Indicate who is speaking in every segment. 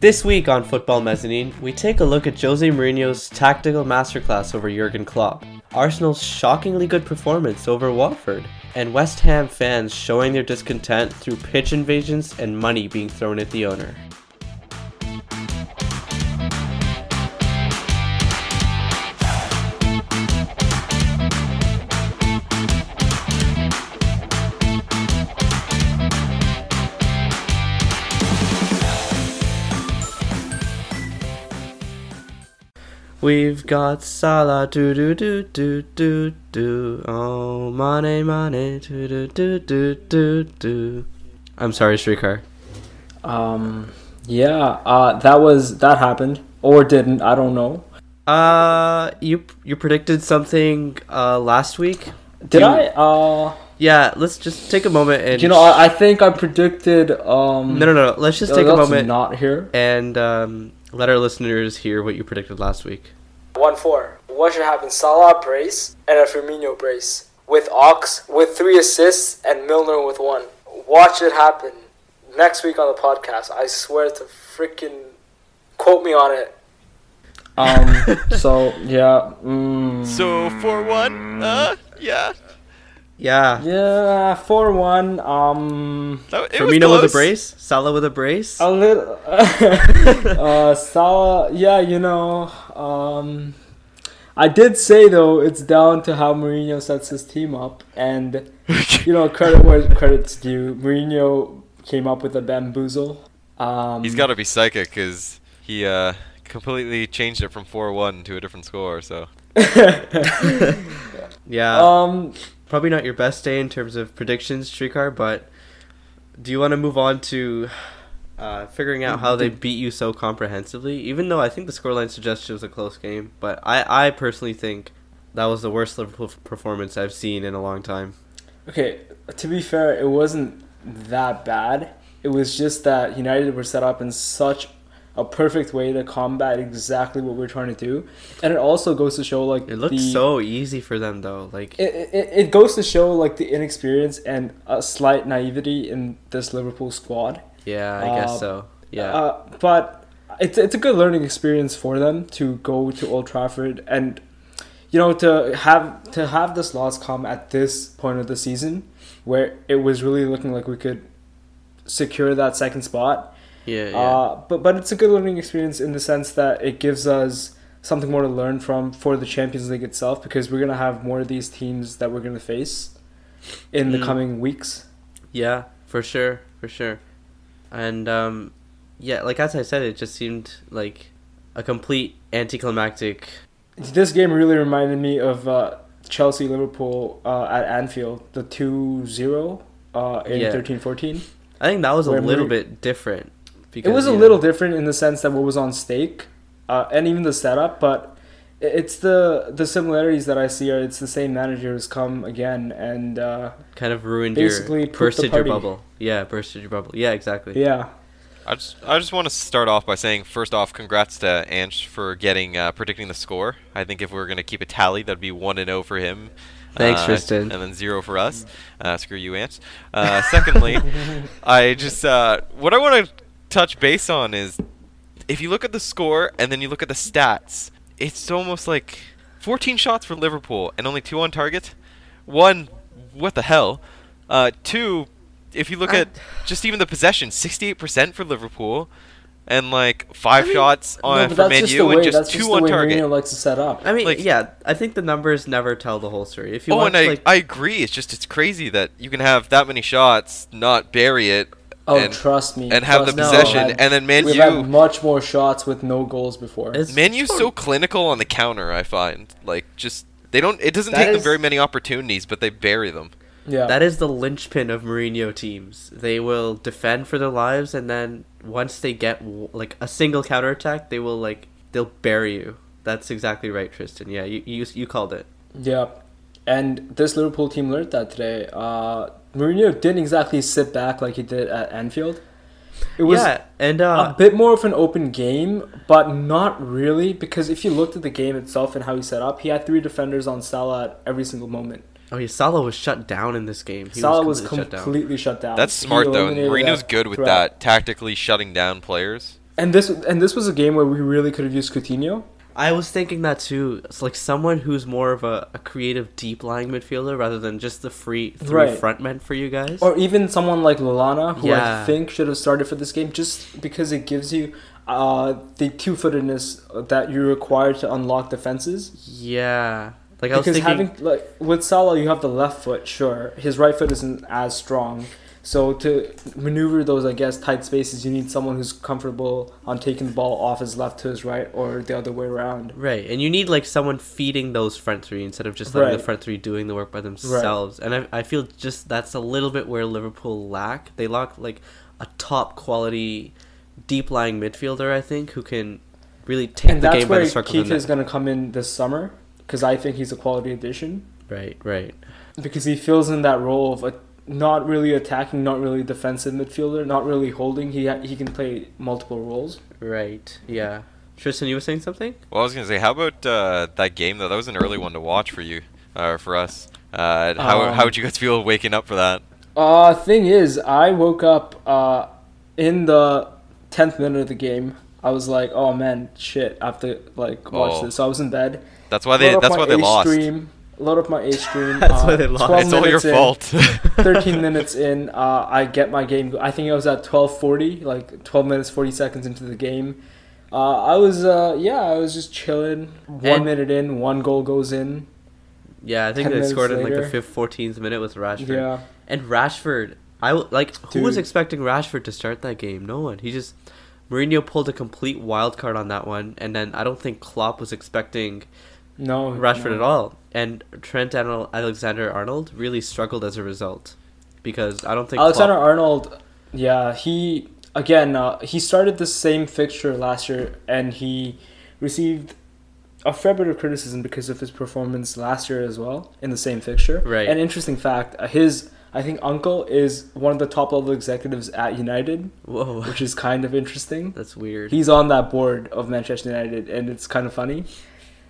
Speaker 1: This week on Football Mezzanine, we take a look at Jose Mourinho's tactical masterclass over Jurgen Klopp, Arsenal's shockingly good performance over Watford, and West Ham fans showing their discontent through pitch invasions and money being thrown at the owner. We've got Salah, do do do do do do. Oh, Mane, Mane, do do do do do do. I'm sorry, Shrikar.
Speaker 2: Um, yeah, uh, that was that happened or didn't? I don't know.
Speaker 1: Uh, you you predicted something uh last week.
Speaker 2: Did
Speaker 1: You-
Speaker 2: I? Uh,
Speaker 1: Yeah, let's just take a moment and
Speaker 2: you know, I, I think I predicted. Um,
Speaker 1: no, no, no. Let's just
Speaker 2: no,
Speaker 1: take a
Speaker 2: that's
Speaker 1: moment
Speaker 2: Not here.
Speaker 1: and um, let our listeners hear what you predicted last week.
Speaker 3: One four. What should happen? Salah brace and a Firmino brace with Ox with three assists and Milner with one. Watch it happen next week on the podcast. I swear to freaking quote me on it.
Speaker 2: Um, so yeah. Mm,
Speaker 4: So four one. Uh, yeah.
Speaker 1: Yeah,
Speaker 2: yeah, four one. Um,
Speaker 4: That, it was
Speaker 1: Firmino with a
Speaker 4: close.
Speaker 1: brace, Salah with a brace.
Speaker 2: a little. uh, Salah. Yeah, you know. Um, I did say though, it's down to how Mourinho sets his team up and. you know, credit where credit's due. Mourinho came up with a bamboozle. Um,
Speaker 4: He's got to be psychic because he uh, completely changed it from four one to a different score. So
Speaker 1: yeah,
Speaker 2: um,
Speaker 1: probably not your best day in terms of predictions, Shrikar, but do you want to move on to uh, figuring out how they beat you so comprehensively? Even though I think the scoreline suggests it was a close game, but I, I personally think that was the worst Liverpool performance I've seen in a long time.
Speaker 2: okay, to be fair, it wasn't that bad. It was just that United were set up in such a perfect way to combat exactly what we're trying to do, and it also goes to show like
Speaker 1: It looked
Speaker 2: the-
Speaker 1: so easy for them, though. Like,
Speaker 2: It, it, it goes to show like the inexperience and a slight naivety in this Liverpool squad.
Speaker 1: yeah, I
Speaker 2: uh,
Speaker 1: guess so. Yeah.
Speaker 2: Uh, but it's it's a good learning experience for them to go to Old Trafford and you know to have to have this loss come at this point of the season where it was really looking like we could secure that second spot.
Speaker 1: yeah, yeah.
Speaker 2: Uh, but but it's a good learning experience in the sense that it gives us something more to learn from for the Champions League itself because we're gonna have more of these teams that we're gonna face in the
Speaker 1: Mm.
Speaker 2: coming weeks.
Speaker 1: Yeah, for sure, for sure. And um yeah, like as I said, it just seemed like a complete anticlimactic
Speaker 2: This game really reminded me of uh, Chelsea Liverpool uh, at Anfield, the 2 0 uh, in
Speaker 1: Yeah.
Speaker 2: thirteen fourteen.
Speaker 1: I think that was a
Speaker 2: Where
Speaker 1: little
Speaker 2: Mourinho-
Speaker 1: bit different
Speaker 2: It was a
Speaker 1: you know,
Speaker 2: little different in the sense that what was on stake uh, and even the setup, but i- it's the, the similarities that I see are it's the same manager who's come again. And uh,
Speaker 1: kind of ruined
Speaker 2: basically
Speaker 1: your
Speaker 2: pooped the
Speaker 1: bursted your
Speaker 2: party.
Speaker 1: bubble. Yeah, bursted your bubble. Yeah, exactly.
Speaker 2: yeah,
Speaker 4: I just I just want to start off by saying first off, congrats to Ange for getting uh, predicting the score. I think if we were gonna keep a tally, that'd be one and zero for him.
Speaker 1: Thanks,
Speaker 4: uh,
Speaker 1: Tristan.
Speaker 4: And then zero for us. Uh, screw you, Ange. Uh, secondly, I just uh, what I want to touch base on is if you look at the score and then you look at the stats, it's almost like 14 shots for Liverpool and only two on target. One, what the hell? Uh, two, if you look
Speaker 1: I-
Speaker 4: at just even the possession, 68% for Liverpool, and like five shots on
Speaker 2: but
Speaker 4: for Man U Oh, and just two on
Speaker 2: the way
Speaker 4: target.
Speaker 2: Mourinho likes to set up.
Speaker 1: I mean,
Speaker 4: Like-
Speaker 1: yeah, I think the numbers never tell the whole story. If you
Speaker 4: Oh,
Speaker 1: watch
Speaker 4: and I,
Speaker 1: like
Speaker 4: I agree. It's just it's crazy that you can have that many shots, not bury it,
Speaker 2: oh,
Speaker 4: and
Speaker 2: trust me.
Speaker 4: and have the
Speaker 2: trust me, we've
Speaker 4: possession,
Speaker 2: had-
Speaker 4: and then Man
Speaker 2: we've
Speaker 4: U-
Speaker 2: had much more shots with no goals before.
Speaker 1: it's-
Speaker 4: Manu's so clinical on the counter. I find like just they don't. It doesn't
Speaker 1: That
Speaker 4: take them
Speaker 1: is-
Speaker 4: very many opportunities, but they bury them.
Speaker 2: yeah.
Speaker 1: That is the linchpin of Mourinho teams. They will defend for their lives, and then once they get w- like a single counterattack, they will like they'll bury you. That's exactly right, Tristan. Yeah, you you, you called it.
Speaker 2: Yeah, and this Liverpool team learned that today. Uh, Mourinho didn't exactly sit back like he did at Anfield. It was
Speaker 1: yeah, and
Speaker 2: a
Speaker 1: uh,
Speaker 2: bit more of an open game, but not really, because if you looked at the game itself and how he set up, he had three defenders on Salah at every single moment.
Speaker 1: oh yeah, Salah was shut down in this game. He
Speaker 2: Salah was
Speaker 1: completely shut down.
Speaker 2: completely shut down.
Speaker 4: That's
Speaker 2: He
Speaker 4: smart though. And
Speaker 2: eliminated
Speaker 4: Mourinho's
Speaker 2: that
Speaker 4: good with
Speaker 2: threat.
Speaker 4: that tactically shutting down players.
Speaker 2: And this and this was a game where we really could have used Coutinho.
Speaker 1: I was thinking that too. It's like someone who's more of a, a creative deep lying midfielder rather than just the free three
Speaker 2: Right.
Speaker 1: front men for you guys.
Speaker 2: Or even someone like Lalana, who I
Speaker 1: Yeah.
Speaker 2: think should have started for this game, just because it gives you uh, the two-footedness that you require to unlock defenses.
Speaker 1: yeah. Like I was
Speaker 2: Because
Speaker 1: thinking
Speaker 2: having like with Salah, you have the left foot. Sure, his right foot isn't as strong. So to maneuver those, I guess, tight spaces, you need someone who's comfortable on taking the ball off his left to his right or the other way around.
Speaker 1: Right, and you need like someone feeding those front three instead of just letting
Speaker 2: Right.
Speaker 1: the front three doing the work by themselves. And I, I feel just that's a little bit where Liverpool lack. They lack like a top quality, deep lying midfielder. I think who can really take
Speaker 2: And
Speaker 1: the
Speaker 2: that's
Speaker 1: game by
Speaker 2: where
Speaker 1: the circle. of
Speaker 2: Keith
Speaker 1: the
Speaker 2: is
Speaker 1: net.
Speaker 2: going to come in this summer because I think he's a quality addition.
Speaker 1: Right, right,
Speaker 2: because he fills in that role of a not really attacking, not really defensive midfielder, not really holding. He he can play multiple roles.
Speaker 1: right. Yeah, Tristan, you were saying something.
Speaker 4: Well, I was gonna say, how about uh, that game though? That was an early one to watch for you, uh, for us. Uh, how
Speaker 2: Um,
Speaker 4: how would you guys feel waking up for that?
Speaker 2: Uh thing is, I woke up uh in the tenth minute of the game. I was like, oh man, shit, I have to like watch
Speaker 4: Oh.
Speaker 2: this. So I was in bed.
Speaker 4: That's why they.
Speaker 2: Load up
Speaker 4: That's
Speaker 2: my
Speaker 4: why they
Speaker 2: A
Speaker 4: lost.
Speaker 2: Stream, load up my A stream.
Speaker 1: That's
Speaker 2: uh,
Speaker 1: why they lost.
Speaker 2: 12
Speaker 4: It's all your
Speaker 2: minutes in.
Speaker 4: fault.
Speaker 2: 13 minutes in, uh, I get my game. I think I was at 12:40, like 12 minutes 40 seconds into the game. Uh, I was, uh, yeah, I was just chilling. One
Speaker 1: And-
Speaker 2: minute in, one goal goes in.
Speaker 1: Yeah, I think
Speaker 2: 10
Speaker 1: they
Speaker 2: minutes
Speaker 1: scored in like
Speaker 2: later.
Speaker 1: the fifth, fourteenth minute with Rashford.
Speaker 2: Yeah,
Speaker 1: And Rashford, I w- like who was
Speaker 2: Dude.
Speaker 1: expecting Rashford to start that game? No one. He just Mourinho pulled a complete wild card on that one, and then I don't think Klopp was expecting
Speaker 2: no
Speaker 1: Rashford
Speaker 2: Oh, no.
Speaker 1: at all. And Trent Alexander Arnold really struggled as a result because I don't think
Speaker 2: Alexander
Speaker 1: Klopp-
Speaker 2: Arnold, yeah, he again uh, he started the same fixture last year, and he received a fair bit of criticism because of his performance last year as well in the same fixture.
Speaker 1: Right.
Speaker 2: An interesting fact: uh, his I think uncle is one of the top level executives at United,
Speaker 1: Whoa,
Speaker 2: which is kind of interesting.
Speaker 1: that's weird.
Speaker 2: He's on that board of Manchester United, and it's kind of funny.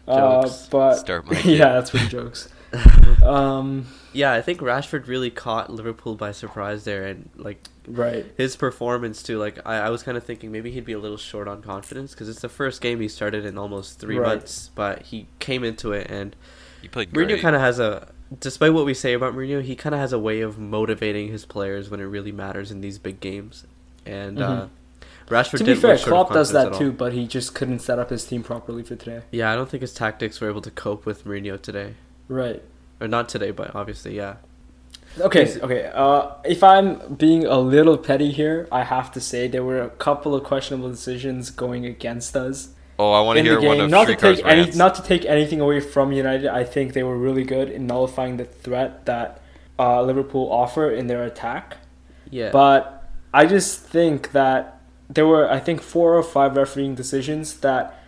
Speaker 2: Uh,
Speaker 1: Jokes.
Speaker 2: but
Speaker 4: Start my kid.
Speaker 2: yeah, that's pretty jokes. um,
Speaker 1: yeah, I think Rashford really caught Liverpool by surprise there, and like
Speaker 2: right.
Speaker 1: his performance too. Like I, I was kind of thinking maybe he'd be a little short on confidence because it's the first game he started in almost three
Speaker 2: Right.
Speaker 1: months, but he came into it and
Speaker 4: you played great.
Speaker 1: Mourinho kind of has a. Despite what we say about Mourinho, he kind of has a way of motivating his players when it really matters in these big games, and uh, Rashford.
Speaker 2: Mm-hmm. to be
Speaker 1: didn't
Speaker 2: fair,
Speaker 1: look short of
Speaker 2: Klopp does
Speaker 1: confidence at
Speaker 2: that
Speaker 1: all.
Speaker 2: too, but he just couldn't set up his team properly for today.
Speaker 1: Yeah, I don't think his tactics were able to cope with Mourinho today,
Speaker 2: Right.
Speaker 1: or not today, but obviously, yeah.
Speaker 2: Okay.
Speaker 1: Is-
Speaker 2: Okay. Uh, if I'm being a little petty here, I have to say there were a couple of questionable decisions going against us
Speaker 4: oh, I want to
Speaker 2: in the
Speaker 4: hear one
Speaker 2: game.
Speaker 4: of
Speaker 2: Not to
Speaker 4: Streetcar's
Speaker 2: take any,
Speaker 4: rants.
Speaker 2: not to take anything away from United, I think they were really good in nullifying the threat that uh, Liverpool offer in their attack.
Speaker 1: Yeah.
Speaker 2: But I just think that there were, I think, four or five refereeing decisions that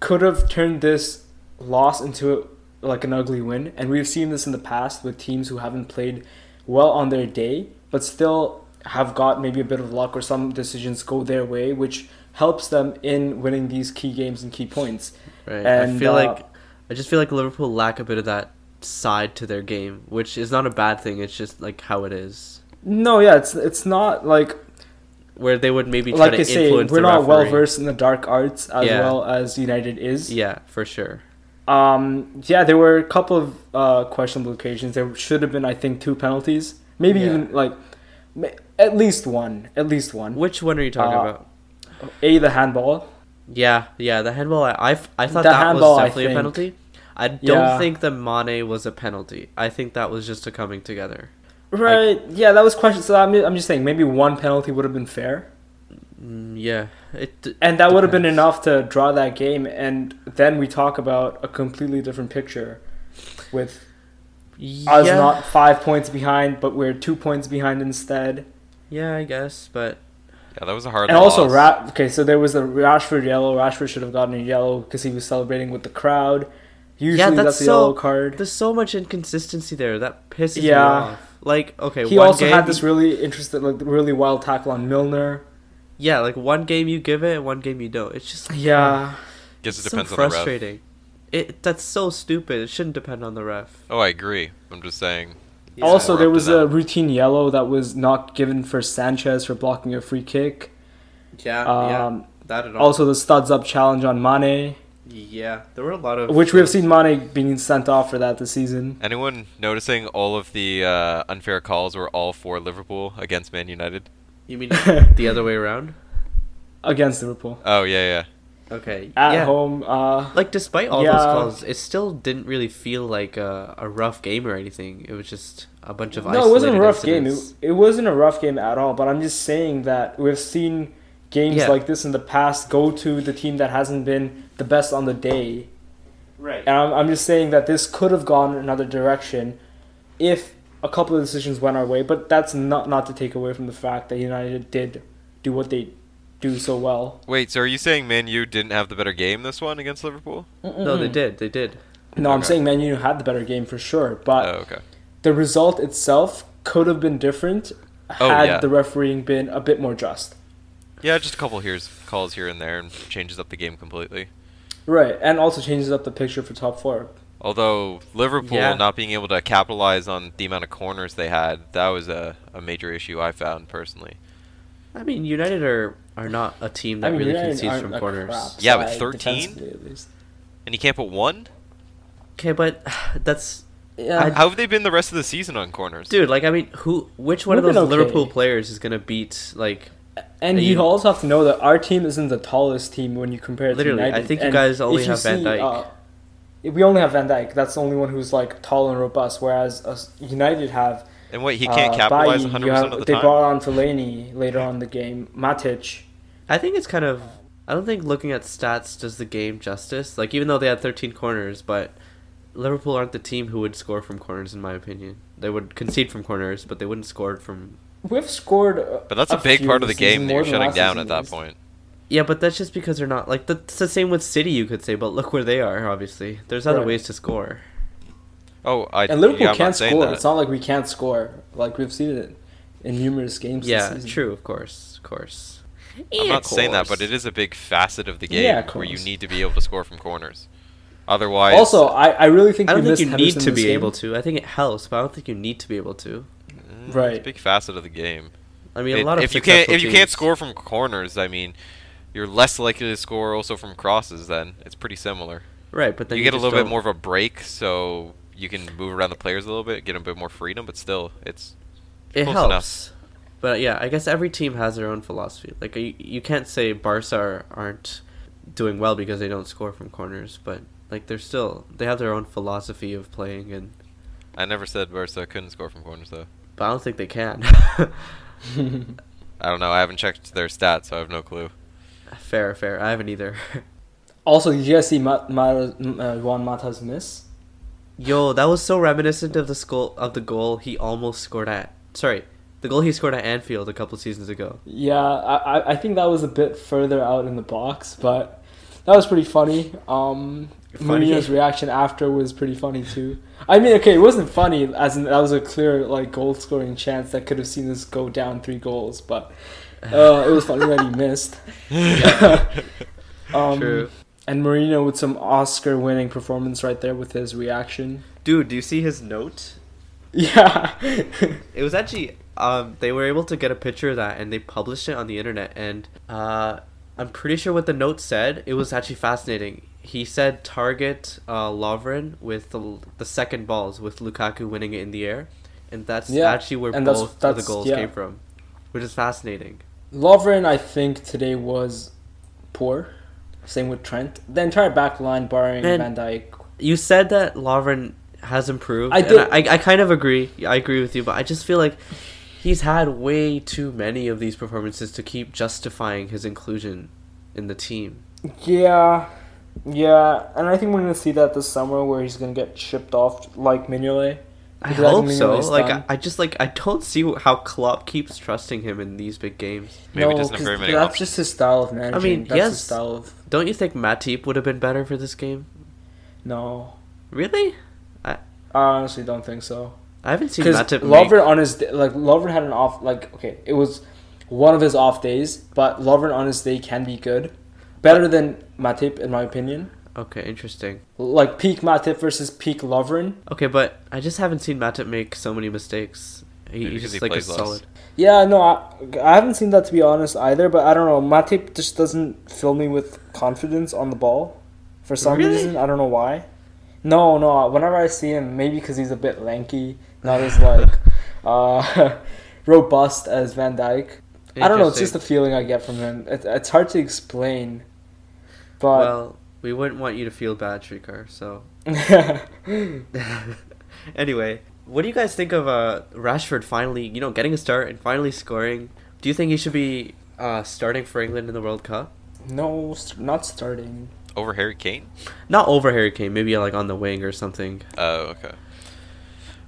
Speaker 2: could have turned this loss into like an ugly win. And we've seen this in the past with teams who haven't played well on their day, but still have got maybe a bit of luck or some decisions go their way, which helps them in winning these key games and key points.
Speaker 1: Right.
Speaker 2: And,
Speaker 1: I feel
Speaker 2: uh,
Speaker 1: like I just feel like Liverpool lack a bit of that side to their game, which is not a bad thing. It's just like how it is,
Speaker 2: No, yeah, it's it's not like
Speaker 1: where they would maybe try
Speaker 2: like
Speaker 1: to
Speaker 2: I say,
Speaker 1: influence.
Speaker 2: we're
Speaker 1: the
Speaker 2: not well
Speaker 1: referee.
Speaker 2: versed in the dark arts as
Speaker 1: Yeah.
Speaker 2: well as United is.
Speaker 1: Yeah, for sure.
Speaker 2: Um, yeah, there were a couple of uh, questionable occasions. There should have been, I think, two penalties, maybe
Speaker 1: Yeah.
Speaker 2: even like ma- at least one, at least one.
Speaker 1: Which one are you talking
Speaker 2: Uh,
Speaker 1: about?
Speaker 2: A the handball.
Speaker 1: Yeah, yeah, the handball. I I, f- I thought
Speaker 2: The
Speaker 1: that
Speaker 2: handball,
Speaker 1: was
Speaker 2: I
Speaker 1: definitely a
Speaker 2: think.
Speaker 1: penalty. I don't
Speaker 2: Yeah.
Speaker 1: think the Mane was a penalty. I think that was just a coming together.
Speaker 2: Right. yeah, that was question. So I'm, I'm just saying, maybe one penalty would have been fair,
Speaker 1: Mm, yeah, it. d-
Speaker 2: and that would have been
Speaker 1: Depends.
Speaker 2: enough to draw that game. And then we talk about a completely different picture, with us
Speaker 1: yeah,
Speaker 2: not five points behind, but we're two points behind instead.
Speaker 1: yeah, I guess, but
Speaker 4: yeah, that was a hard.
Speaker 2: And also,
Speaker 4: loss.
Speaker 2: Ra- okay, so there was the Rashford yellow. Rashford should have gotten a yellow because he was celebrating with the crowd. Usually,
Speaker 1: Yeah,
Speaker 2: that's,
Speaker 1: that's
Speaker 2: a
Speaker 1: so-
Speaker 2: yellow card.
Speaker 1: there's so much inconsistency there that pisses me
Speaker 2: Yeah.
Speaker 1: off. Like, okay,
Speaker 2: He
Speaker 1: one
Speaker 2: also
Speaker 1: game,
Speaker 2: had this really interesting, like really wild tackle on Milner.
Speaker 1: yeah, like one game you give it, and one game you don't. It's just like,
Speaker 2: Yeah,
Speaker 4: Guess it
Speaker 1: so
Speaker 4: depends on the ref.
Speaker 1: frustrating. It that's so stupid. It shouldn't depend on the ref.
Speaker 4: Oh, I agree. I'm just saying.
Speaker 1: Yeah.
Speaker 2: also,
Speaker 4: We're
Speaker 2: there
Speaker 4: up to
Speaker 2: was
Speaker 4: that.
Speaker 2: a routine yellow that was not given for Sanchez for blocking a free kick.
Speaker 1: Uh, Yeah,
Speaker 2: Um,
Speaker 1: That at all.
Speaker 2: Also, the studs up challenge on Mane,
Speaker 1: yeah, there were a lot of
Speaker 2: which we have seen Mane being sent off for that this season.
Speaker 4: Anyone noticing all of the uh, unfair calls were all for Liverpool against Man United?
Speaker 1: You mean the other way around?
Speaker 2: against Liverpool
Speaker 4: Oh yeah,
Speaker 1: Okay.
Speaker 2: at
Speaker 1: yeah.
Speaker 2: home. Uh,
Speaker 1: Like despite all those
Speaker 2: Yeah.
Speaker 1: calls, it still didn't really feel like a, a rough game or anything. It was just a bunch of
Speaker 2: no, it wasn't a
Speaker 1: isolated
Speaker 2: rough game.
Speaker 1: incidents.
Speaker 2: It, it wasn't a rough game at all. But I'm just saying that we've seen games
Speaker 1: Yeah.
Speaker 2: like this in the past go to the team that hasn't been the best on the day.
Speaker 1: Right.
Speaker 2: And I'm, I'm just saying that this could have gone another direction if a couple of decisions went our way, but that's not not to take away from the fact that United did do what they do so well.
Speaker 4: yeah. Wait, so are you saying Man U didn't have the better game this one against Liverpool?
Speaker 1: No,
Speaker 2: Mm-hmm.
Speaker 1: they did. They did.
Speaker 2: No, I'm
Speaker 4: Okay.
Speaker 2: saying Man U had the better game for sure,
Speaker 4: Oh,
Speaker 2: but
Speaker 4: okay.
Speaker 2: the result itself could have been different
Speaker 4: Oh,
Speaker 2: had
Speaker 4: yeah.
Speaker 2: the refereeing been a bit more just.
Speaker 4: Yeah, just a couple here's calls here and there and changes up the game completely.
Speaker 2: Right, and also changes up the picture for top four.
Speaker 4: Although Liverpool
Speaker 1: Yeah.
Speaker 4: not being able to capitalize on the amount of corners they had, that was a, a major issue I found personally.
Speaker 1: I mean, United are are not a team that
Speaker 2: I mean,
Speaker 1: really
Speaker 2: United
Speaker 1: concedes
Speaker 2: aren't
Speaker 1: from
Speaker 2: a
Speaker 1: corners.
Speaker 2: crap
Speaker 4: Yeah, but
Speaker 2: side
Speaker 4: 13?
Speaker 2: defensively, at least.
Speaker 4: And you can't put one?
Speaker 1: Okay, but that's
Speaker 2: Yeah,
Speaker 1: I-
Speaker 4: How have they been the rest of the season on corners?
Speaker 1: dude. Like, I mean, who? Which one of
Speaker 2: We've
Speaker 1: those
Speaker 2: been okay.
Speaker 1: Liverpool players is gonna beat like
Speaker 2: And
Speaker 1: And
Speaker 2: you
Speaker 1: you-
Speaker 2: also have to know that our team isn't the tallest team when you compare it
Speaker 1: Literally,
Speaker 2: to
Speaker 1: I
Speaker 2: United.
Speaker 1: think you
Speaker 2: And
Speaker 1: guys only
Speaker 2: if
Speaker 1: have Van Dijk.
Speaker 2: if we only have Van Dyke. That's the only one who's like tall and robust. Whereas us United have
Speaker 4: And what, he can't
Speaker 2: uh,
Speaker 4: capitalize
Speaker 2: Bailly,
Speaker 4: 100%
Speaker 2: you have-
Speaker 4: of the
Speaker 2: they
Speaker 4: time?
Speaker 2: brought on Fellaini later on in the game. Matic.
Speaker 1: I think it's kind of. I don't think looking at stats does the game justice. Like, even though they had 13 corners, but Liverpool aren't the team who would score from corners, in my opinion. They would concede from corners, but they wouldn't score from.
Speaker 2: We've scored. A,
Speaker 4: But that's a, big
Speaker 2: few
Speaker 4: part of the
Speaker 2: this
Speaker 4: game
Speaker 2: season,
Speaker 4: that
Speaker 2: more than
Speaker 4: you're shutting
Speaker 2: last
Speaker 4: down
Speaker 2: season
Speaker 4: at that
Speaker 2: least.
Speaker 4: point.
Speaker 1: Yeah, but that's just because they're not like that's the same with City. You could say, but look where they are. Obviously, there's other
Speaker 2: Right.
Speaker 1: ways to score.
Speaker 4: Oh, I
Speaker 2: And Liverpool
Speaker 4: yeah, I'm
Speaker 2: can
Speaker 4: not saying
Speaker 2: score.
Speaker 4: that.
Speaker 2: It's not like we can't score. Like we've seen it in numerous games. this
Speaker 1: yeah,
Speaker 2: season.
Speaker 1: true. Of course, of course.
Speaker 4: I'm not saying that, but it is a big facet of the game
Speaker 2: Yeah, of
Speaker 4: where you
Speaker 2: course.
Speaker 4: need to be able to score from corners. Otherwise, eh,
Speaker 2: Also, I, I really think
Speaker 1: I don't
Speaker 2: we
Speaker 1: think
Speaker 2: missed
Speaker 1: you need
Speaker 2: Henderson
Speaker 1: to
Speaker 2: this
Speaker 1: be
Speaker 2: game.
Speaker 1: able to. I think it helps, but I don't think you need to be able to.
Speaker 4: mm, it's a
Speaker 2: right.
Speaker 4: big facet of the game.
Speaker 1: I mean, a
Speaker 4: It-
Speaker 1: lot of
Speaker 4: if you can't
Speaker 1: successful
Speaker 4: if you can't
Speaker 1: teams-
Speaker 4: score from corners, I mean, you're less likely to score also from crosses. Then it's pretty similar.
Speaker 1: right, but then
Speaker 4: you get a
Speaker 1: just
Speaker 4: little
Speaker 1: don't-
Speaker 4: bit more of a break, so you can move around the players a little bit, get a bit more freedom. But still, it's
Speaker 1: it
Speaker 4: close
Speaker 1: helps.
Speaker 4: enough.
Speaker 1: But yeah, I guess every team has their own philosophy. Like you, you can't say Barca are, aren't doing well because they don't score from corners, but like they're still they have their own philosophy of playing, and
Speaker 4: I never said Barca couldn't score from corners though.
Speaker 1: but I don't think they can.
Speaker 4: I don't know. I haven't checked their stats, so I have no clue.
Speaker 1: fair, fair. I haven't either.
Speaker 2: Also, did you guys see Ma- Ma- uh, Juan Mata's miss?
Speaker 1: Yo, that was so reminiscent of the goal of the goal he almost scored at. Sorry, the goal he scored at Anfield a couple seasons ago.
Speaker 2: Yeah, I, I- I think that was a bit further out in the box, but that was pretty funny. Um,
Speaker 1: Funny?
Speaker 2: Mourinho's reaction after was pretty funny too. I mean, okay, it wasn't funny as in that was a clear like goal scoring chance that could have seen us go down three goals, but uh, it was funny that he missed. um,
Speaker 1: True.
Speaker 2: And Mourinho with some Oscar-winning performance right there with his reaction.
Speaker 1: Dude, do you see his note?
Speaker 2: Yeah.
Speaker 1: It was actually um they were able to get a picture of that and they published it on the internet and uh I'm pretty sure what the note said. It was actually fascinating. He said target uh Lovren with the, the second balls with Lukaku winning it in the air and that's
Speaker 2: Yeah,
Speaker 1: actually where
Speaker 2: and that's-
Speaker 1: both of
Speaker 2: that's-
Speaker 1: the goals
Speaker 2: yeah.
Speaker 1: came from, which is fascinating.
Speaker 2: Lovren, I think today was poor. Same with Trent. The entire back line, barring
Speaker 1: Man.
Speaker 2: Van Dyke.
Speaker 1: You said that Lovren has improved.
Speaker 2: I
Speaker 1: and
Speaker 2: did-
Speaker 1: I, I kind of agree. I agree with you, but I just feel like he's had way too many of these performances to keep justifying his inclusion in the team.
Speaker 2: Yeah, yeah, and I think we're gonna see that this summer where he's gonna get shipped off like Mignolet.
Speaker 1: I
Speaker 2: Because I
Speaker 1: hope
Speaker 2: think
Speaker 1: so.
Speaker 2: Mignolet's
Speaker 1: Like
Speaker 2: done.
Speaker 1: I, I just like I don't see wh- how Klopp keeps trusting him in these big games.
Speaker 4: Maybe he doesn't have
Speaker 2: 'cause
Speaker 4: very many
Speaker 2: that's
Speaker 4: options.
Speaker 2: just his style of managing.
Speaker 1: mean,
Speaker 2: that's
Speaker 1: yes.
Speaker 2: his style of
Speaker 1: Don't you think Matip would have been better for this game?
Speaker 2: no.
Speaker 1: Really?
Speaker 2: I honestly don't think so.
Speaker 1: I haven't seen
Speaker 2: Because
Speaker 1: Matip.
Speaker 2: Lovren
Speaker 1: make-
Speaker 2: on his d- like Lovren had an off like okay it was one of his off days, but Lovren on his day can be good, better than Matip in my opinion.
Speaker 1: Okay, interesting.
Speaker 2: like peak Matip versus peak Lovren.
Speaker 1: Okay, but I just haven't seen Matip make so many mistakes. He,
Speaker 4: Maybe
Speaker 1: he's
Speaker 4: 'cause
Speaker 1: just
Speaker 4: he
Speaker 1: like a
Speaker 4: plays less.
Speaker 1: solid.
Speaker 2: Yeah, no, I, I haven't seen that to be honest either, but I don't know. Matip just doesn't fill me with confidence on the ball for some
Speaker 1: Really?
Speaker 2: reason. I don't know why. No, no, whenever I see him, maybe because he's a bit lanky, not as like uh, robust as Van Dijk. I don't know, it's just
Speaker 1: Interesting.
Speaker 2: the feeling I get from him. It, it's hard to explain. But
Speaker 1: Well, we wouldn't want you to feel bad, Shrikar. So anyway, what do you guys think of uh, Rashford finally, you know, getting a start and finally scoring? Do you think he should be uh, starting for England in the World Cup?
Speaker 2: no, st- not starting.
Speaker 4: Over Harry Kane?
Speaker 1: Not over Harry Kane, maybe like on the wing or something.
Speaker 4: Oh, okay.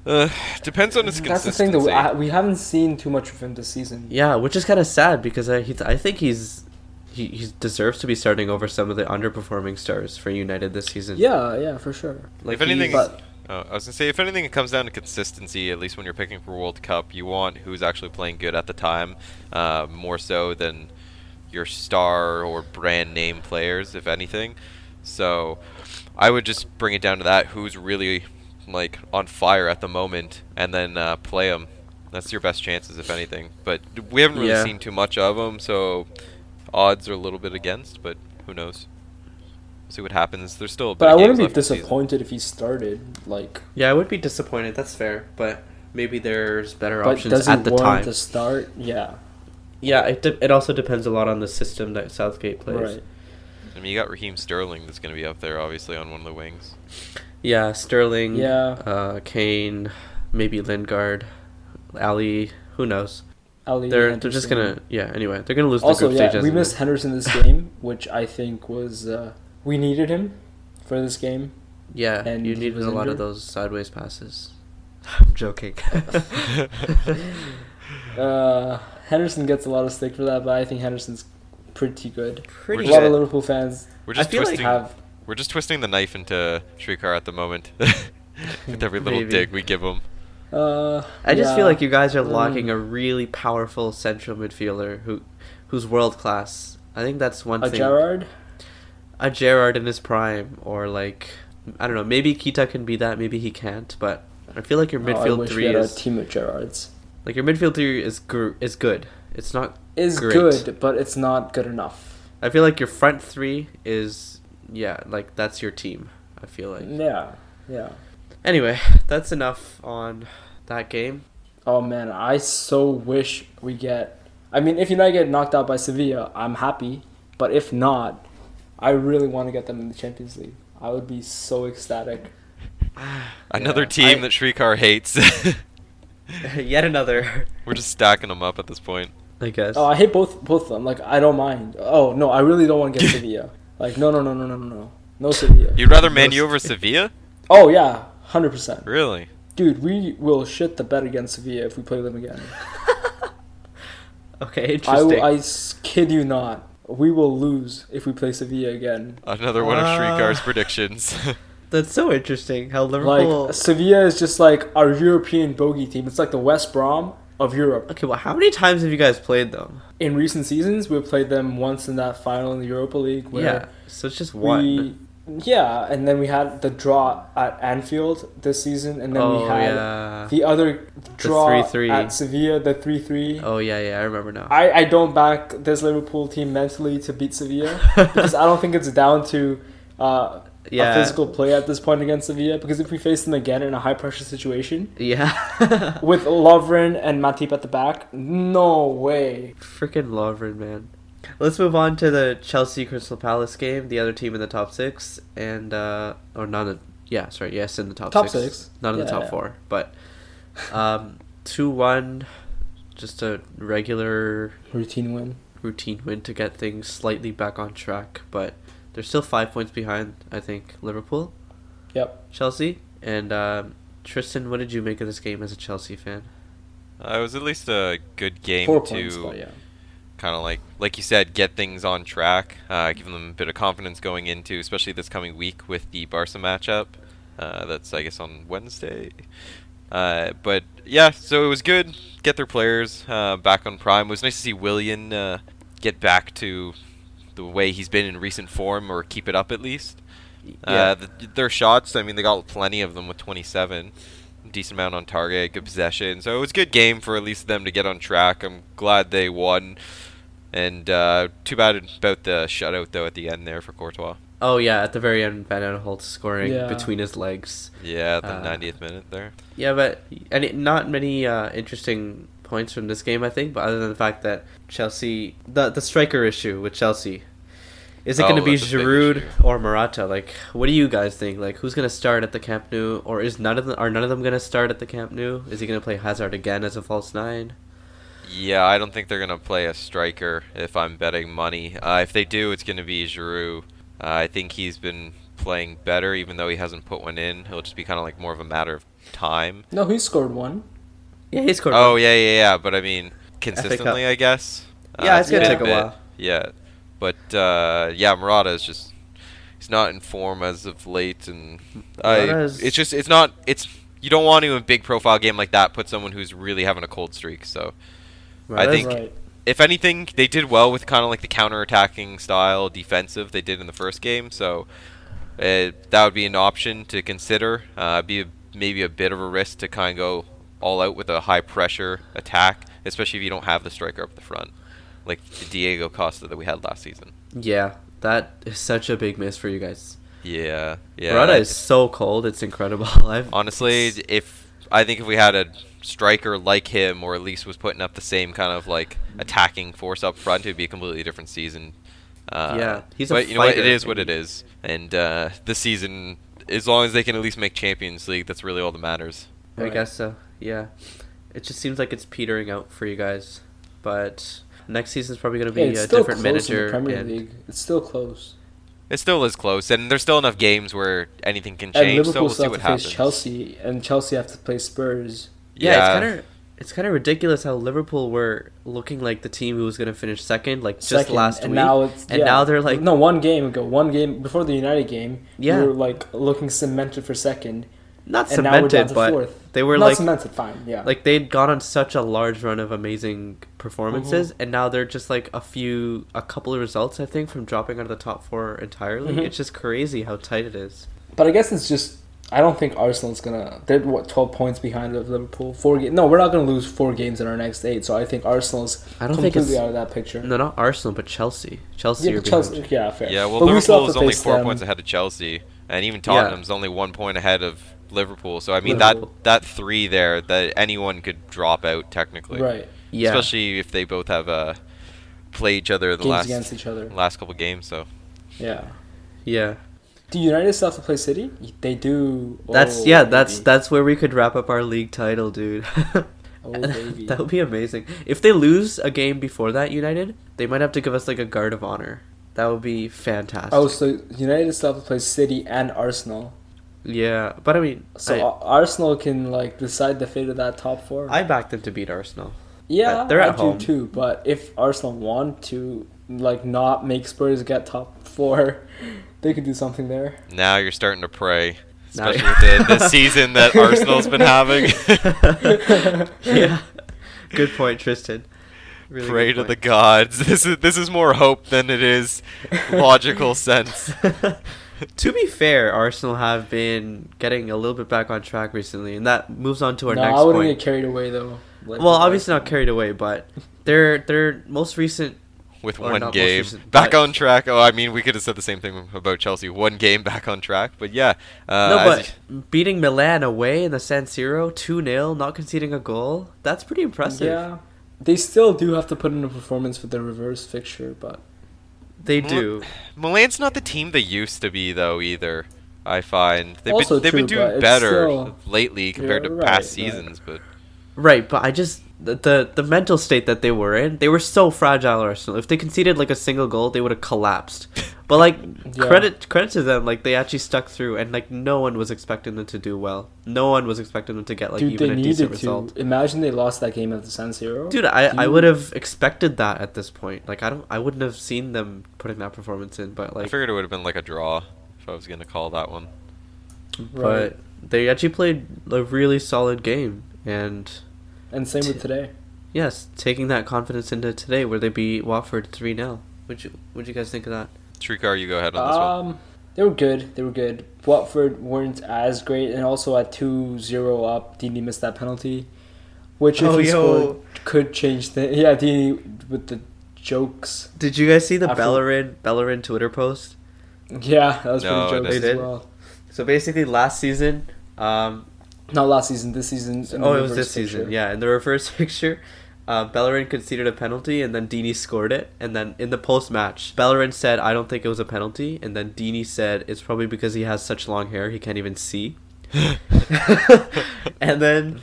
Speaker 4: Uh, depends on his
Speaker 2: That's the
Speaker 4: consistency.
Speaker 2: thing, though. I, we haven't seen too much of him this season.
Speaker 1: Yeah, which is kind of sad because I he, I think he's he, he deserves to be starting over some of the underperforming stars for United this season.
Speaker 2: Yeah, yeah, for sure.
Speaker 1: like
Speaker 4: If anything,
Speaker 1: he's-
Speaker 4: Oh, I was gonna say, if anything, it comes down to consistency. At least when you're picking for World Cup, you want who's actually playing good at the time, uh, more so than your star or brand name players, if anything. So, I would just bring it down to that: who's really like on fire at the moment, and then uh, play them. That's your best chances, if anything. But we haven't really
Speaker 1: Yeah.
Speaker 4: seen too much of them, so odds are a little bit against. But who knows? We'll see what happens. There's still. A bit
Speaker 2: But I
Speaker 4: of games
Speaker 2: wouldn't be
Speaker 4: left this season.
Speaker 2: disappointed if he started. Like,
Speaker 1: yeah, I would be disappointed. That's fair, but maybe there's better
Speaker 2: but
Speaker 1: options
Speaker 2: does
Speaker 1: at
Speaker 2: not
Speaker 1: the
Speaker 2: warrant
Speaker 1: time.
Speaker 2: to start? Yeah,
Speaker 1: Yeah, it de- it also depends a lot on the system that Southgate plays.
Speaker 2: right.
Speaker 4: I mean, you got Raheem Sterling that's going to be up there, obviously, on one of the wings.
Speaker 1: Yeah, Sterling.
Speaker 2: Yeah,
Speaker 1: Uh, Kane, maybe Lingard, Ali. Who knows?
Speaker 2: Ali.
Speaker 1: They're they're just
Speaker 2: Henderson.
Speaker 1: gonna yeah. Anyway, they're gonna lose
Speaker 2: Also,
Speaker 1: the group
Speaker 2: yeah,
Speaker 1: stage.
Speaker 2: we
Speaker 1: as it
Speaker 2: missed
Speaker 1: is.
Speaker 2: Henderson this game, which I think was uh, we needed him for this game.
Speaker 1: Yeah,
Speaker 2: and
Speaker 1: you
Speaker 2: he
Speaker 1: needed
Speaker 2: was
Speaker 1: a lot of
Speaker 2: injured.
Speaker 1: those sideways passes. I'm joking.
Speaker 2: Uh, Henderson gets a lot of stick for that, but I think Henderson's pretty good.
Speaker 1: Pretty
Speaker 2: a lot of
Speaker 1: good.
Speaker 2: Liverpool fans
Speaker 4: We're
Speaker 1: I
Speaker 4: just
Speaker 1: feel like
Speaker 4: twisting.
Speaker 2: have.
Speaker 4: we're just twisting the knife into Shrikar at the moment. With every little
Speaker 1: Maybe.
Speaker 4: dig we give him.
Speaker 2: Uh,
Speaker 1: I just feel
Speaker 2: yeah.
Speaker 1: like you guys are locking
Speaker 2: Mm.
Speaker 1: a really powerful central midfielder who, who's world class. I think that's one
Speaker 2: a
Speaker 1: thing.
Speaker 2: Gerard.
Speaker 1: a Gerard in his prime, or like I don't know. Maybe Kita can be that. Maybe he can't. But I feel like your
Speaker 2: Oh, I
Speaker 1: midfield
Speaker 2: wish
Speaker 1: three
Speaker 2: we had
Speaker 1: is
Speaker 2: a team of Gerards.
Speaker 1: like your midfield three is gr- is good. It's not.
Speaker 2: Is
Speaker 1: Great.
Speaker 2: good, but it's not good enough.
Speaker 1: I feel like your front three is yeah. Like that's your team. I feel like.
Speaker 2: Yeah, yeah.
Speaker 1: Anyway, that's enough on that game.
Speaker 2: Oh man, I so wish we get. I mean, if United get knocked out by Sevilla, I'm happy. But if not, I really want to get them in the Champions League. I would be so ecstatic.
Speaker 4: Another
Speaker 2: Yeah,
Speaker 4: team
Speaker 1: I-
Speaker 4: that Shrikar hates.
Speaker 1: Yet another.
Speaker 4: we're just stacking them up at this point.
Speaker 1: I guess.
Speaker 2: Oh, I hate both both of them. Like, I don't mind. Oh no, I really don't want to get Sevilla. Like, no, no, no, no, no, no, no, no Sevilla.
Speaker 4: You'd rather Man
Speaker 1: Those-
Speaker 4: U over Sevilla?
Speaker 2: Oh yeah, hundred percent,
Speaker 4: Really?
Speaker 2: dude. We will shit the bet against Sevilla if we play them again.
Speaker 1: okay.
Speaker 2: I,
Speaker 1: Interesting.
Speaker 2: will- I s- kid you not. We will lose if we play Sevilla again.
Speaker 4: Another one of
Speaker 1: Uh.
Speaker 4: Shrikar's predictions. Uh,
Speaker 1: That's so interesting. How Liverpool.
Speaker 2: Like Sevilla is just like our European bogey team. It's like the West Brom of Europe.
Speaker 1: okay. Well, how many times have you guys played them?
Speaker 2: In recent seasons, we played them once in that final in the Europa League. Where
Speaker 1: yeah. So it's just
Speaker 2: we,
Speaker 1: one.
Speaker 2: Yeah, and then we had the draw at Anfield this season, and then
Speaker 1: oh
Speaker 2: we had
Speaker 1: yeah.
Speaker 2: the other draw
Speaker 1: 3-3.
Speaker 2: at Sevilla, the three three.
Speaker 1: Oh yeah, yeah, I remember now.
Speaker 2: I, I don't back this Liverpool team mentally to beat Sevilla because I don't think it's down to uh,
Speaker 1: yeah,
Speaker 2: a physical play at this point against Sevilla. Because if we face them again in a high pressure situation,
Speaker 1: yeah.
Speaker 2: with Lovren and Matip at the back. No way.
Speaker 1: Freaking Lovren, man. Let's move on to the Chelsea Crystal Palace game, the other team in the top six, and uh, or not in, yeah, sorry, yes, in the top,
Speaker 2: Top six.
Speaker 1: not in the
Speaker 2: Yeah,
Speaker 1: top
Speaker 2: yeah.
Speaker 1: four, but um, two one, just a regular
Speaker 2: Routine win.
Speaker 1: routine win to get things slightly back on track, but they're still five points behind. I think Liverpool,
Speaker 2: Yep.
Speaker 1: Chelsea, and um, Tristan. What did you make of this game as a Chelsea fan?
Speaker 4: uh, it was at least a good game
Speaker 2: Four
Speaker 4: to
Speaker 2: points, but yeah.
Speaker 4: kind of like like you said, get things on track, uh, give them a bit of confidence going into, especially this coming week with the Barca matchup. Uh, that's I guess on Wednesday. Uh, but yeah, so it was good. Get their players uh, back on prime. It was nice to see Willian uh, get back to the way he's been in recent form, or keep it up at least. Uh, th- their shots, I mean, they got plenty of them with 27. decent amount on target, good possession. So it was a good game for at least them to get on track. I'm glad they won. And uh, too bad about the shutout though at the end there for Courtois.
Speaker 1: Oh yeah, at the very end, Van Aanholt scoring
Speaker 2: Yeah.
Speaker 1: between his legs.
Speaker 4: Yeah, the
Speaker 1: Uh,
Speaker 4: 90th minute there.
Speaker 1: Yeah, but and it, not many uh, interesting points from this game, I think. But other than the fact that Chelsea, the the striker issue with Chelsea, is it
Speaker 4: Oh,
Speaker 1: going to be
Speaker 4: that's a big
Speaker 1: Giroud
Speaker 4: issue.
Speaker 1: or Morata? Like, what do you guys think? Like, who's going to start at the Camp Nou, or is none of them are none of them going to start at the Camp Nou? Is he going to play Hazard again as a false nine?
Speaker 4: Yeah, I don't think they're gonna play a striker if I'm betting money. Uh, if they do, it's gonna be Giroud. Uh, I think he's been playing better, even though he hasn't put one in. It'll just be kind of like more of a matter of time.
Speaker 2: No, he scored one.
Speaker 1: Yeah, he scored.
Speaker 4: Oh
Speaker 1: one.
Speaker 4: yeah, yeah, yeah. But I mean, consistently, I guess.
Speaker 1: Yeah, it's
Speaker 2: gonna
Speaker 4: been
Speaker 2: take a
Speaker 4: bit,
Speaker 1: while.
Speaker 4: Yeah, but uh, yeah, Murata is just he's not in form as of late, and I,
Speaker 1: Morata is-
Speaker 4: it's just it's not it's you don't want to in a big profile game like that put someone who's really having a cold streak. So
Speaker 1: Morata's-
Speaker 4: think-
Speaker 2: Right.
Speaker 4: if anything, they did well with kind of like the counter-attacking style defensive they did in the first game. So uh, that would be an option to consider. Uh, be a, maybe a bit of a risk to kind of go all out with a high-pressure attack, especially if you don't have the striker up the front, like the Diego Costa that we had last season.
Speaker 1: yeah, that is such a big miss for you guys.
Speaker 4: Yeah, yeah.
Speaker 1: Morata is so cold; it's incredible. I've
Speaker 4: Honestly,
Speaker 1: it's-
Speaker 4: if I think if we had a striker like him, or at least was putting up the same kind of like attacking force up front, it'd be a completely different season. Uh,
Speaker 1: Yeah, he's a
Speaker 4: but you know what? It
Speaker 1: fighter.
Speaker 4: is what it is, and uh, this season, as long as they can at least make Champions League, that's really all that matters.
Speaker 1: I
Speaker 2: Right.
Speaker 1: guess so. Yeah. It just seems like it's petering out for you guys. But next season's probably going to be
Speaker 2: Hey, it's
Speaker 1: a
Speaker 2: still
Speaker 1: different
Speaker 2: close
Speaker 1: manager.
Speaker 2: in the Premier
Speaker 1: and-
Speaker 2: League. It's still close.
Speaker 4: It still is close, and there's still enough games where anything can
Speaker 2: And
Speaker 4: change. So
Speaker 2: Liverpool
Speaker 4: we'll
Speaker 2: still
Speaker 4: see
Speaker 2: have
Speaker 4: what
Speaker 2: to face
Speaker 4: happens.
Speaker 2: Chelsea, and Chelsea have to play Spurs.
Speaker 1: yeah, it's kind of it's kind of ridiculous how Liverpool were looking like the team who was going to finish second like just
Speaker 2: second,
Speaker 1: last
Speaker 2: and
Speaker 1: week.
Speaker 2: Now it's,
Speaker 1: and
Speaker 2: yeah.
Speaker 1: now they're like
Speaker 2: no one game ago, one game before the United game.
Speaker 1: Yeah.
Speaker 2: we were like looking cemented for second,
Speaker 1: not
Speaker 2: and now we're
Speaker 1: cemented
Speaker 2: down to
Speaker 1: but
Speaker 2: fourth.
Speaker 1: they were
Speaker 2: Not
Speaker 1: like
Speaker 2: cemented, fine, yeah.
Speaker 1: like they'd gone on such a large run of amazing performances
Speaker 4: Mm-hmm.
Speaker 1: and now they're just like a few a couple of results I think from dropping out of the top 4 entirely.
Speaker 2: Mhm.
Speaker 1: It's just crazy how tight it is.
Speaker 2: but I guess it's just I don't think Arsenal's gonna. They're what twelve points behind of Liverpool. Four ga- No, we're not gonna lose four games in our next eight. So I think Arsenal's
Speaker 1: I don't think
Speaker 2: completely
Speaker 1: it's
Speaker 2: out of that picture.
Speaker 1: no, not Arsenal, but Chelsea. Chelsea
Speaker 2: yeah,
Speaker 1: are
Speaker 2: but
Speaker 1: behind.
Speaker 2: Chelsea, yeah, fair.
Speaker 4: Yeah, well,
Speaker 2: But we still
Speaker 4: Liverpool
Speaker 2: have
Speaker 4: is
Speaker 2: to
Speaker 4: only
Speaker 2: face
Speaker 4: four
Speaker 2: them.
Speaker 4: points ahead of Chelsea, and even
Speaker 1: Yeah.
Speaker 4: Tottenham's only one point ahead of Liverpool. So I mean
Speaker 1: Liverpool.
Speaker 4: that that three there that anyone could drop out technically,
Speaker 2: Right,
Speaker 1: Yeah.
Speaker 4: Especially if they both have uh, play each other the
Speaker 2: games
Speaker 4: last
Speaker 2: against each other.
Speaker 4: last couple games. So
Speaker 2: Yeah.
Speaker 1: yeah.
Speaker 2: Do United still have to play City? They do.
Speaker 1: That's
Speaker 2: Oh,
Speaker 1: yeah, that's
Speaker 2: baby.
Speaker 1: that's where we could wrap up our league title, dude.
Speaker 2: Oh, baby.
Speaker 1: that would be amazing. If they lose a game before that United, they might have to give us like a guard of honor. That would be fantastic.
Speaker 2: Oh, so United still have to play City and Arsenal.
Speaker 1: yeah, but I mean,
Speaker 2: So uh, Ar- Arsenal can like decide the fate of that top four.
Speaker 1: I, I backed them to beat Arsenal.
Speaker 2: yeah,
Speaker 1: they're at
Speaker 2: I
Speaker 1: home.
Speaker 2: do too. But if Arsenal want to like not make Spurs get top four, they could do something there.
Speaker 4: now you're starting to pray,
Speaker 1: Now
Speaker 4: especially
Speaker 1: you-
Speaker 4: with the, the season that Arsenal's been having.
Speaker 1: yeah, good point, Tristan. Really good
Speaker 4: Pray to
Speaker 1: point.
Speaker 4: the gods. This is this is more hope than it is logical sense.
Speaker 1: to be fair, Arsenal have been getting a little bit back on track recently, and that moves on to our
Speaker 2: no,
Speaker 1: next
Speaker 2: I wouldn't
Speaker 1: point.
Speaker 2: get carried away though. Like,
Speaker 1: well, obviously not carried away, but their their most recent
Speaker 4: with
Speaker 1: Or not
Speaker 4: one
Speaker 1: most
Speaker 4: game
Speaker 1: recent,
Speaker 4: back
Speaker 1: but-
Speaker 4: on track. Oh, I mean, we could have said the same thing about Chelsea. One game back on track, but yeah. Uh,
Speaker 1: no,
Speaker 4: as
Speaker 1: but
Speaker 4: you-
Speaker 1: beating Milan away in the San Siro two 0 not conceding a goal, that's pretty impressive.
Speaker 2: yeah, they still do have to put in a performance for the reverse fixture, but
Speaker 1: They
Speaker 4: Well,
Speaker 1: do.
Speaker 4: Milan's not the team they used to be though either. I find they've
Speaker 2: Also
Speaker 4: been they've been
Speaker 2: true, but
Speaker 4: doing
Speaker 2: it's
Speaker 4: better
Speaker 2: still-
Speaker 4: lately compared to
Speaker 2: You're right,
Speaker 4: past
Speaker 2: but-
Speaker 4: seasons, but
Speaker 1: Right, but I just the, the the mental state that they were in, they were so fragile Arsenal. If they conceded like a single goal, they would have collapsed. But like
Speaker 2: Yeah.
Speaker 1: credit credit to them, like they actually stuck through and like no one was expecting them to do well. No one was expecting them to get like
Speaker 2: dude,
Speaker 1: even
Speaker 2: they
Speaker 1: a decent
Speaker 2: needed
Speaker 1: result.
Speaker 2: to. Imagine they lost that game at the San Siro.
Speaker 1: Dude, I, I
Speaker 2: Dude.
Speaker 1: would have expected that at this point. Like I don't I wouldn't have seen them putting that performance in, but
Speaker 4: I
Speaker 1: like
Speaker 4: figured it would have been like a draw if I was gonna call that one.
Speaker 2: right?
Speaker 1: but they actually played a really solid game and
Speaker 2: And same with today.
Speaker 1: yes, taking that confidence into today where they beat Watford 3-0. Would you would you guys think of that?
Speaker 4: Trikar, you go ahead on this one.
Speaker 2: Um, They were good. They were good. Watford weren't as great, and also at 2-0 up, Dini missed that penalty, which if
Speaker 1: Oh,
Speaker 2: he
Speaker 1: yo.
Speaker 2: scored could change things. Yeah, Dini with the jokes.
Speaker 1: Did you guys see the
Speaker 2: After-
Speaker 1: Bellerin Bellerin Twitter post?
Speaker 2: Yeah, that was
Speaker 4: No, I
Speaker 2: pretty jokes
Speaker 1: didn't.
Speaker 2: as well.
Speaker 1: So basically, last season, um,
Speaker 2: Not last season. This season. in the
Speaker 1: oh, it was
Speaker 2: reverse
Speaker 1: this season,
Speaker 2: picture.
Speaker 1: yeah. In the reverse picture, uh, Bellerin conceded a penalty, and then Dini scored it. And then in the post match, Bellerin said, "I don't think it was a penalty," and then Dini said, "It's probably because he has such long hair, he can't even see."
Speaker 2: Um,
Speaker 1: and then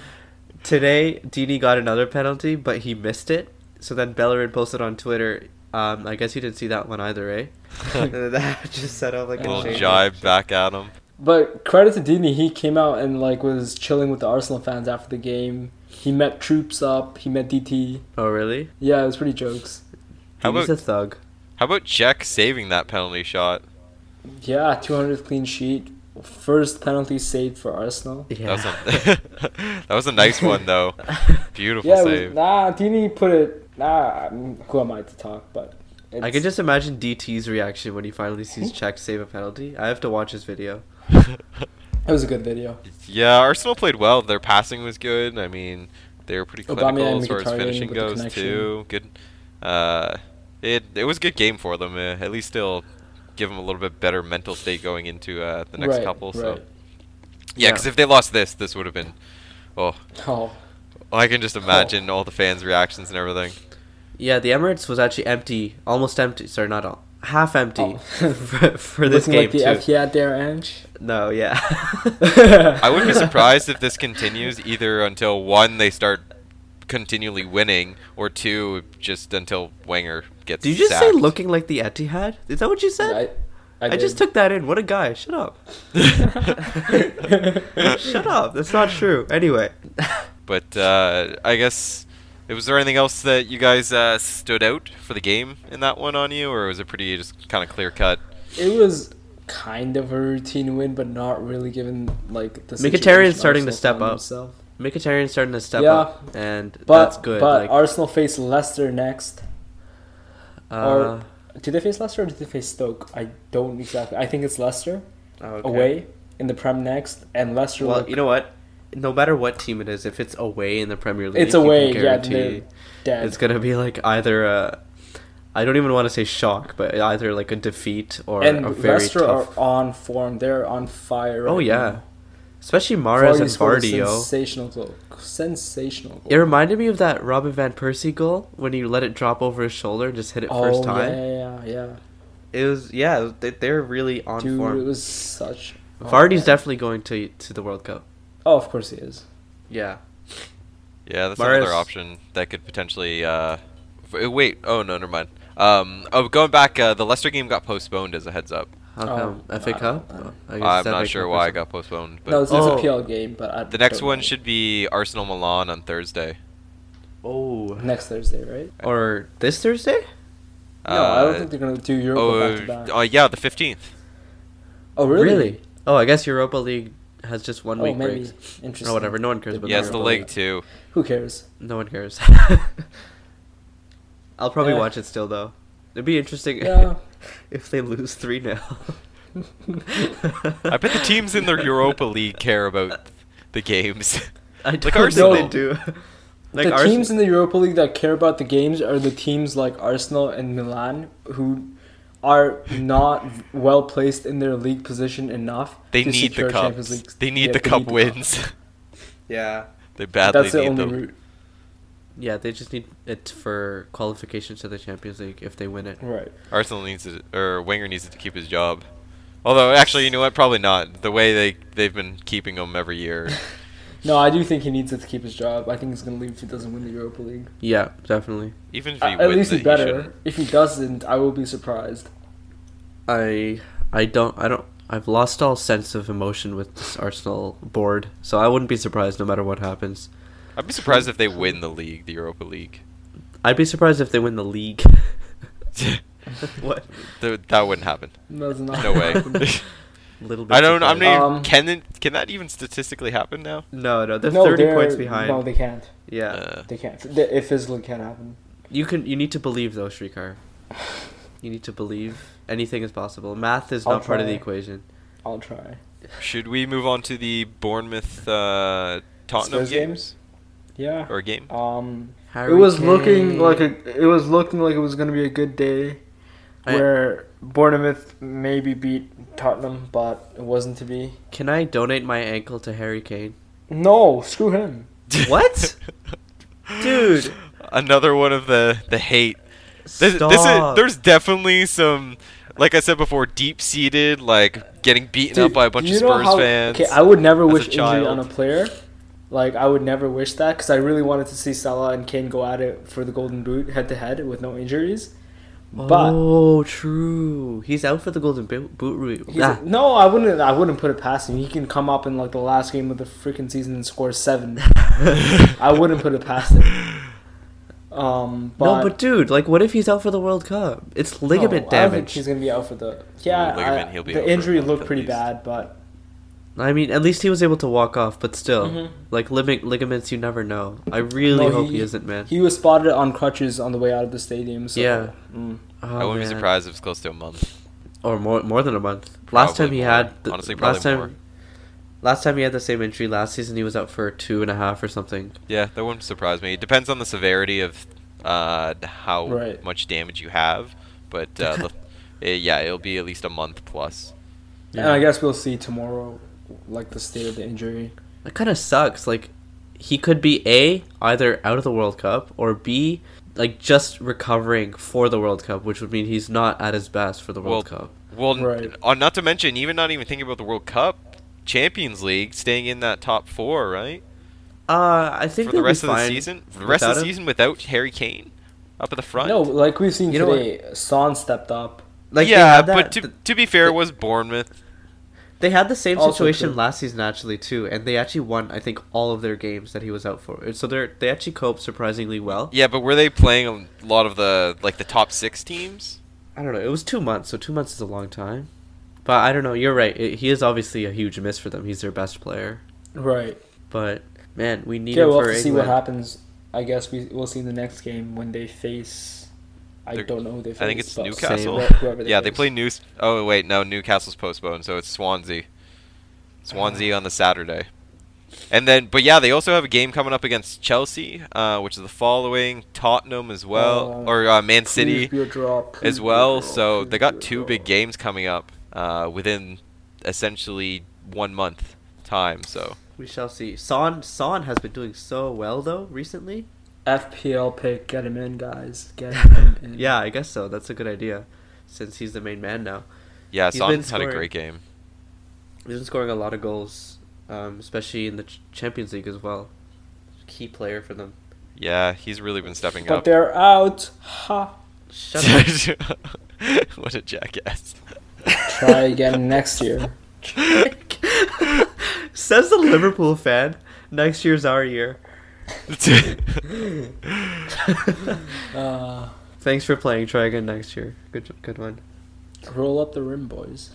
Speaker 1: today, Dini got another penalty, but he missed it. So then Bellerin posted on Twitter. Um, I guess he didn't see that one either, eh? and then that just set up like a
Speaker 4: Little
Speaker 1: chain.
Speaker 4: jibe back at him.
Speaker 2: But credit to Dini, he came out and like was chilling with the Arsenal fans after the game. He met troops up. He met DT.
Speaker 1: Oh really?
Speaker 2: Yeah, it was pretty jokes.
Speaker 4: How
Speaker 1: He's a
Speaker 4: about-
Speaker 1: thug.
Speaker 4: How about Jack saving that penalty shot?
Speaker 2: Yeah, 200th clean sheet, first penalty saved for Arsenal.
Speaker 1: Yeah.
Speaker 4: That, was a, that was a nice one though. Beautiful
Speaker 2: yeah, it was,
Speaker 4: save.
Speaker 2: nah, Dini put it. Nah, I'm- who am I to talk? But it's,
Speaker 1: I can just imagine DT's reaction when he finally sees Czech save a penalty. I have to watch his video.
Speaker 2: It was a good video.
Speaker 4: yeah, Arsenal played well. Their passing was good. I mean, they were pretty
Speaker 2: Aubameyang
Speaker 4: clinical as
Speaker 2: and
Speaker 4: far as
Speaker 2: Mkhitaryan with
Speaker 4: finishing
Speaker 2: the
Speaker 4: goes
Speaker 2: connection.
Speaker 4: too. Good. Uh, it it was a good game for them. Uh, at least it'll give them a little bit better mental state going into uh, the next
Speaker 2: Right,
Speaker 4: couple. So
Speaker 2: right.
Speaker 4: yeah,
Speaker 1: Yeah.
Speaker 4: because if they lost this, this would have been. Oh,
Speaker 2: Oh,
Speaker 4: I can just imagine all the fans' reactions and everything.
Speaker 1: Yeah, the Emirates was actually empty, almost empty. Sorry, not all, half empty
Speaker 2: Oh.
Speaker 1: for, for this game
Speaker 2: looking like the
Speaker 1: too.
Speaker 2: F E yeah there, Ange.
Speaker 1: no, yeah.
Speaker 4: I wouldn't be surprised if this continues either until one they start continually winning, or two just until Wenger gets.
Speaker 1: Did you just say
Speaker 4: sacked.
Speaker 1: looking like the Etihad? Is that what you said?
Speaker 2: I,
Speaker 1: I, just took that in. What a guy. Shut up. Shut up. That's not true. Anyway.
Speaker 4: But uh, I guess was there anything else that you guys uh, stood out for the game in that one on you, or was it pretty just kind of clear cut?
Speaker 2: It was kind of a routine win, but not really given like the.
Speaker 1: Mkhitaryan's
Speaker 2: situation
Speaker 1: starting to
Speaker 2: Arsenal
Speaker 1: step
Speaker 2: found
Speaker 1: up.
Speaker 2: themselves.
Speaker 1: Mkhitaryan's starting to step
Speaker 2: Yeah.
Speaker 1: up, and
Speaker 2: But
Speaker 1: that's good.
Speaker 2: but
Speaker 1: like,
Speaker 2: Arsenal face Leicester next.
Speaker 1: uh,
Speaker 2: Did they face Leicester or did they face Stoke? I don't exactly. I think it's Leicester
Speaker 1: okay.
Speaker 2: away in the Prem next, and Leicester.
Speaker 1: Well,
Speaker 2: look-
Speaker 1: you know what? No matter what team it is, if it's away in the Premier League,
Speaker 2: it's
Speaker 1: you can
Speaker 2: away. Yeah,
Speaker 1: guarantee
Speaker 2: they're dead.
Speaker 1: it's gonna be like either a, I don't even want to say shock, but either like a defeat or
Speaker 2: and
Speaker 1: a very
Speaker 2: Leicester
Speaker 1: tough.
Speaker 2: are on form. They're on fire.
Speaker 1: Oh
Speaker 2: right
Speaker 1: yeah,
Speaker 2: now.
Speaker 1: especially Mares and
Speaker 2: Vardy scored a
Speaker 1: Vardy. yo.
Speaker 2: Sensational goal. Sensational goal.
Speaker 1: It reminded me of that Robin van Persie goal when he let it drop over his shoulder and just hit it first
Speaker 2: oh,
Speaker 1: time.
Speaker 2: Yeah, yeah, yeah.
Speaker 1: It was yeah, they, they're really on
Speaker 2: Dude, it
Speaker 1: form.
Speaker 2: was such. oh,
Speaker 1: Vardy's
Speaker 2: man.
Speaker 1: definitely going to to the World Cup.
Speaker 2: Oh, of course he is.
Speaker 1: Yeah,
Speaker 4: Yeah, that's
Speaker 1: Mahrez.
Speaker 4: another option that could potentially. Uh, f- wait, oh no, never mind. Um, oh, going back, uh, the Leicester game got postponed as a heads up.
Speaker 1: how
Speaker 2: Oh,
Speaker 1: come FA
Speaker 2: I
Speaker 1: Cup?
Speaker 2: don't know.
Speaker 1: I guess
Speaker 4: I'm
Speaker 1: it's FA
Speaker 4: not
Speaker 1: Cup
Speaker 4: sure
Speaker 1: or
Speaker 4: why it
Speaker 1: something.
Speaker 4: got postponed, but
Speaker 2: no, it's,
Speaker 1: Oh.
Speaker 2: it's a PL game, but I
Speaker 4: the next
Speaker 2: don't
Speaker 4: one
Speaker 2: know.
Speaker 4: should be Arsenal Milan on Thursday.
Speaker 1: Oh,
Speaker 2: next Thursday, right?
Speaker 1: or this Thursday?
Speaker 2: no, I don't
Speaker 4: Uh,
Speaker 2: think they're gonna do Europa back to back.
Speaker 4: Oh, uh, yeah, the 15th.
Speaker 2: oh, really?
Speaker 1: Oh, I guess Europa League has just one
Speaker 2: Oh,
Speaker 1: week
Speaker 2: maybe.
Speaker 1: breaks.
Speaker 2: Interesting.
Speaker 1: Or Oh, whatever. No one cares about
Speaker 4: Yeah, it's
Speaker 1: that.
Speaker 4: the
Speaker 2: Europa
Speaker 4: League
Speaker 2: League.
Speaker 4: too.
Speaker 2: Who cares?
Speaker 1: No one cares. I'll probably
Speaker 2: Yeah.
Speaker 1: watch it still though. It'd be interesting
Speaker 2: Yeah.
Speaker 1: if they lose three 0
Speaker 4: I bet the teams in the Europa League care about the games.
Speaker 1: I don't
Speaker 4: Like
Speaker 1: Arsenal.
Speaker 4: Arsenal.
Speaker 1: They do. Like
Speaker 2: the
Speaker 1: Ars-
Speaker 2: teams in the Europa League that care about the games are the teams like Arsenal and Milan, who are not well placed in their league position enough.
Speaker 4: They
Speaker 2: to
Speaker 4: need the
Speaker 2: secure
Speaker 4: cup.
Speaker 2: Champions League.
Speaker 4: They
Speaker 2: Yeah,
Speaker 4: need the
Speaker 2: they
Speaker 4: cup
Speaker 2: need the
Speaker 4: wins.
Speaker 1: Yeah.
Speaker 4: they badly
Speaker 2: That's the
Speaker 4: need
Speaker 2: only
Speaker 4: them.
Speaker 2: route.
Speaker 1: Yeah, they just need it for qualification to the Champions League if they win it.
Speaker 2: Right.
Speaker 4: Arsenal needs it, or Wenger needs it to keep his job. Although, actually, you know what? Probably not. The way they they've been keeping him every year.
Speaker 2: No, I do think he needs it to keep his job. I think he's gonna leave if he doesn't win the Europa League.
Speaker 1: Yeah, definitely.
Speaker 4: Even if
Speaker 2: Uh,
Speaker 4: he
Speaker 2: at
Speaker 4: wins
Speaker 2: least
Speaker 4: it,
Speaker 2: he
Speaker 4: he
Speaker 2: better.
Speaker 4: shouldn't.
Speaker 2: if he doesn't, I will be surprised.
Speaker 1: I I don't I don't I've lost all sense of emotion with this Arsenal board, so I wouldn't be surprised no matter what happens.
Speaker 4: I'd be surprised if they win the league, the Europa League.
Speaker 1: I'd be surprised if they win the league. what?
Speaker 4: Th- that wouldn't happen.
Speaker 2: That's not
Speaker 4: No way.
Speaker 1: Little bit.
Speaker 4: I don't. I'm not.
Speaker 1: surprised.
Speaker 4: Even,
Speaker 2: Um,
Speaker 4: can it- can that even statistically happen now?
Speaker 1: No, no, they're
Speaker 2: No,
Speaker 1: 30
Speaker 2: they're-
Speaker 1: points behind.
Speaker 2: No, they can't.
Speaker 1: yeah,
Speaker 4: Uh,
Speaker 2: They can't. They, it physically can't happen.
Speaker 1: you can. You need to believe though, Shrikar. You need to believe anything is possible. Math is not
Speaker 2: I'll
Speaker 1: part of the
Speaker 2: try.
Speaker 1: equation.
Speaker 2: I'll try.
Speaker 4: Should we move on to the Bournemouth uh, Tottenham
Speaker 2: Spurs game?
Speaker 4: games
Speaker 2: Yeah.
Speaker 4: or game?
Speaker 2: Um,
Speaker 1: Harry
Speaker 2: it was looking
Speaker 1: Kane.
Speaker 2: like a. It was looking like it was gonna be a good day,
Speaker 1: I-
Speaker 2: where Bournemouth maybe beat Tottenham, but it wasn't to be.
Speaker 1: Can I donate my ankle to Harry Kane?
Speaker 2: No, screw him.
Speaker 1: What? Dude.
Speaker 4: Another one of the the hate. This,
Speaker 1: Stop.
Speaker 4: this is there's definitely some like I said before, deep seated like getting beaten up
Speaker 2: Dude,
Speaker 4: by a bunch of
Speaker 2: you know
Speaker 4: Spurs
Speaker 2: how-
Speaker 4: fans.
Speaker 2: Okay, I would never
Speaker 4: as a
Speaker 2: wish injury on a
Speaker 4: child.
Speaker 2: player. Like I would never wish that because I really wanted to see Salah and Kane go at it for the Golden Boot head to head with no injuries. But
Speaker 1: oh, true. He's out for the golden boot. boot route.
Speaker 2: he's-
Speaker 1: Ah.
Speaker 2: no, I wouldn't. I wouldn't put it past him. He can come up in like the last game of the freaking season and score seven. I wouldn't put it past him. Um, but,
Speaker 1: no, but dude, like, what if he's out for the World Cup? It's ligament
Speaker 2: no, I don't think
Speaker 1: damage.
Speaker 2: he's gonna be out for the yeah.
Speaker 4: Ligament,
Speaker 2: I-
Speaker 4: he'll be out
Speaker 2: the
Speaker 4: for a
Speaker 2: injury
Speaker 4: month
Speaker 2: looked
Speaker 4: at
Speaker 2: pretty
Speaker 4: least.
Speaker 2: bad, but
Speaker 1: I mean, at least he was able to walk off, but still,
Speaker 2: Mhm.
Speaker 1: like lig- ligaments, you never know. I really
Speaker 2: No,
Speaker 1: hope
Speaker 2: he-
Speaker 1: he, isn't, man.
Speaker 2: he was spotted on crutches on the way out of the stadium. So,
Speaker 1: Yeah.
Speaker 2: mm.
Speaker 1: Oh,
Speaker 4: I wouldn't be
Speaker 1: man.
Speaker 4: surprised if it's close to a month.
Speaker 1: Or more, more than a month. last time
Speaker 4: Probably
Speaker 1: he
Speaker 4: more.
Speaker 1: had, the,
Speaker 4: Honestly, probably
Speaker 1: last time,
Speaker 4: more.
Speaker 1: last time he had the same injury last season, he was out for two and a half or something.
Speaker 4: Yeah, that wouldn't surprise me. It depends on the severity of uh, how
Speaker 2: Right.
Speaker 4: much damage you have, but uh, the, eh, yeah, it'll be at least a month plus.
Speaker 2: And I guess we'll see tomorrow, like the state of the injury.
Speaker 1: That kind of sucks. Like, he could be A, either out of the World Cup, or B, like, just recovering for the World Cup, which would mean he's not at his best for the World
Speaker 4: Well,
Speaker 1: Cup.
Speaker 4: Well, n-
Speaker 2: Right.
Speaker 4: uh, not to mention, even not even thinking about the World Cup, Champions League, staying in that top four, right?
Speaker 1: Uh, I think
Speaker 4: For the
Speaker 1: they'll be
Speaker 4: rest of the
Speaker 1: fine
Speaker 4: season, for the rest of
Speaker 1: without
Speaker 4: the
Speaker 1: him.
Speaker 4: season without Harry Kane up at the front.
Speaker 2: No, like we've seen
Speaker 1: You know what?
Speaker 2: today, Son stepped up.
Speaker 1: Like, they
Speaker 4: yeah,
Speaker 1: had
Speaker 4: but
Speaker 1: that-
Speaker 4: to,
Speaker 1: th-
Speaker 4: to be fair, it was Bournemouth.
Speaker 1: They had the same
Speaker 2: Also
Speaker 1: situation
Speaker 2: true.
Speaker 1: last season actually too, and they actually won I think all of their games that he was out for. So they are they actually coped surprisingly well.
Speaker 4: Yeah, but were they playing a lot of the like the top six teams?
Speaker 1: I don't know. It was two months, so two months is a long time. But I don't know. You're right. It, he is obviously a huge miss for them. He's their best player.
Speaker 2: Right.
Speaker 1: But man, we need
Speaker 2: Yeah,
Speaker 1: him
Speaker 2: we'll have
Speaker 1: for
Speaker 2: to see what
Speaker 1: England.
Speaker 2: happens. I guess we we'll see in the next game when they face. I
Speaker 4: They're-
Speaker 2: don't know who they face.
Speaker 4: I think it's
Speaker 2: but
Speaker 4: Newcastle.
Speaker 2: whoever- whoever
Speaker 4: yeah, they
Speaker 2: face.
Speaker 4: play New. Oh wait, no, Newcastle's postponed, so it's Swansea. Swansea
Speaker 1: Uh-huh.
Speaker 4: on the Saturday, and then but yeah, they also have a game coming up against Chelsea, uh, which is the following Tottenham as well,
Speaker 1: Oh,
Speaker 2: Uh,
Speaker 4: or uh, Man
Speaker 2: Please
Speaker 4: City
Speaker 2: be a draw, please
Speaker 4: as
Speaker 2: be a
Speaker 4: well.
Speaker 2: draw,
Speaker 4: So
Speaker 2: please
Speaker 4: they
Speaker 2: be
Speaker 4: got
Speaker 2: a
Speaker 4: two
Speaker 2: draw.
Speaker 4: big games coming up uh, within essentially one month time. So
Speaker 1: We shall see. Son Son has been doing so well though recently.
Speaker 2: FPL pick. Get him in, guys. Get him in.
Speaker 1: Yeah, I guess so. That's a good idea, since he's the main man now.
Speaker 4: yeah,
Speaker 1: He's
Speaker 4: Son
Speaker 1: been
Speaker 4: had a
Speaker 1: scoring.
Speaker 4: great game.
Speaker 1: He's been scoring a lot of goals, um, especially in the Ch- Champions League as well. Key player for them.
Speaker 4: Yeah, he's really been stepping
Speaker 2: But
Speaker 4: up.
Speaker 2: they're out. Ha.
Speaker 1: Shut up.
Speaker 4: what a jackass.
Speaker 2: Try again next year.
Speaker 1: Says the Liverpool fan. Next year's our year.
Speaker 2: Uh,
Speaker 1: Thanks for playing. Try again next year. Good, good one.
Speaker 2: roll up the rim, boys.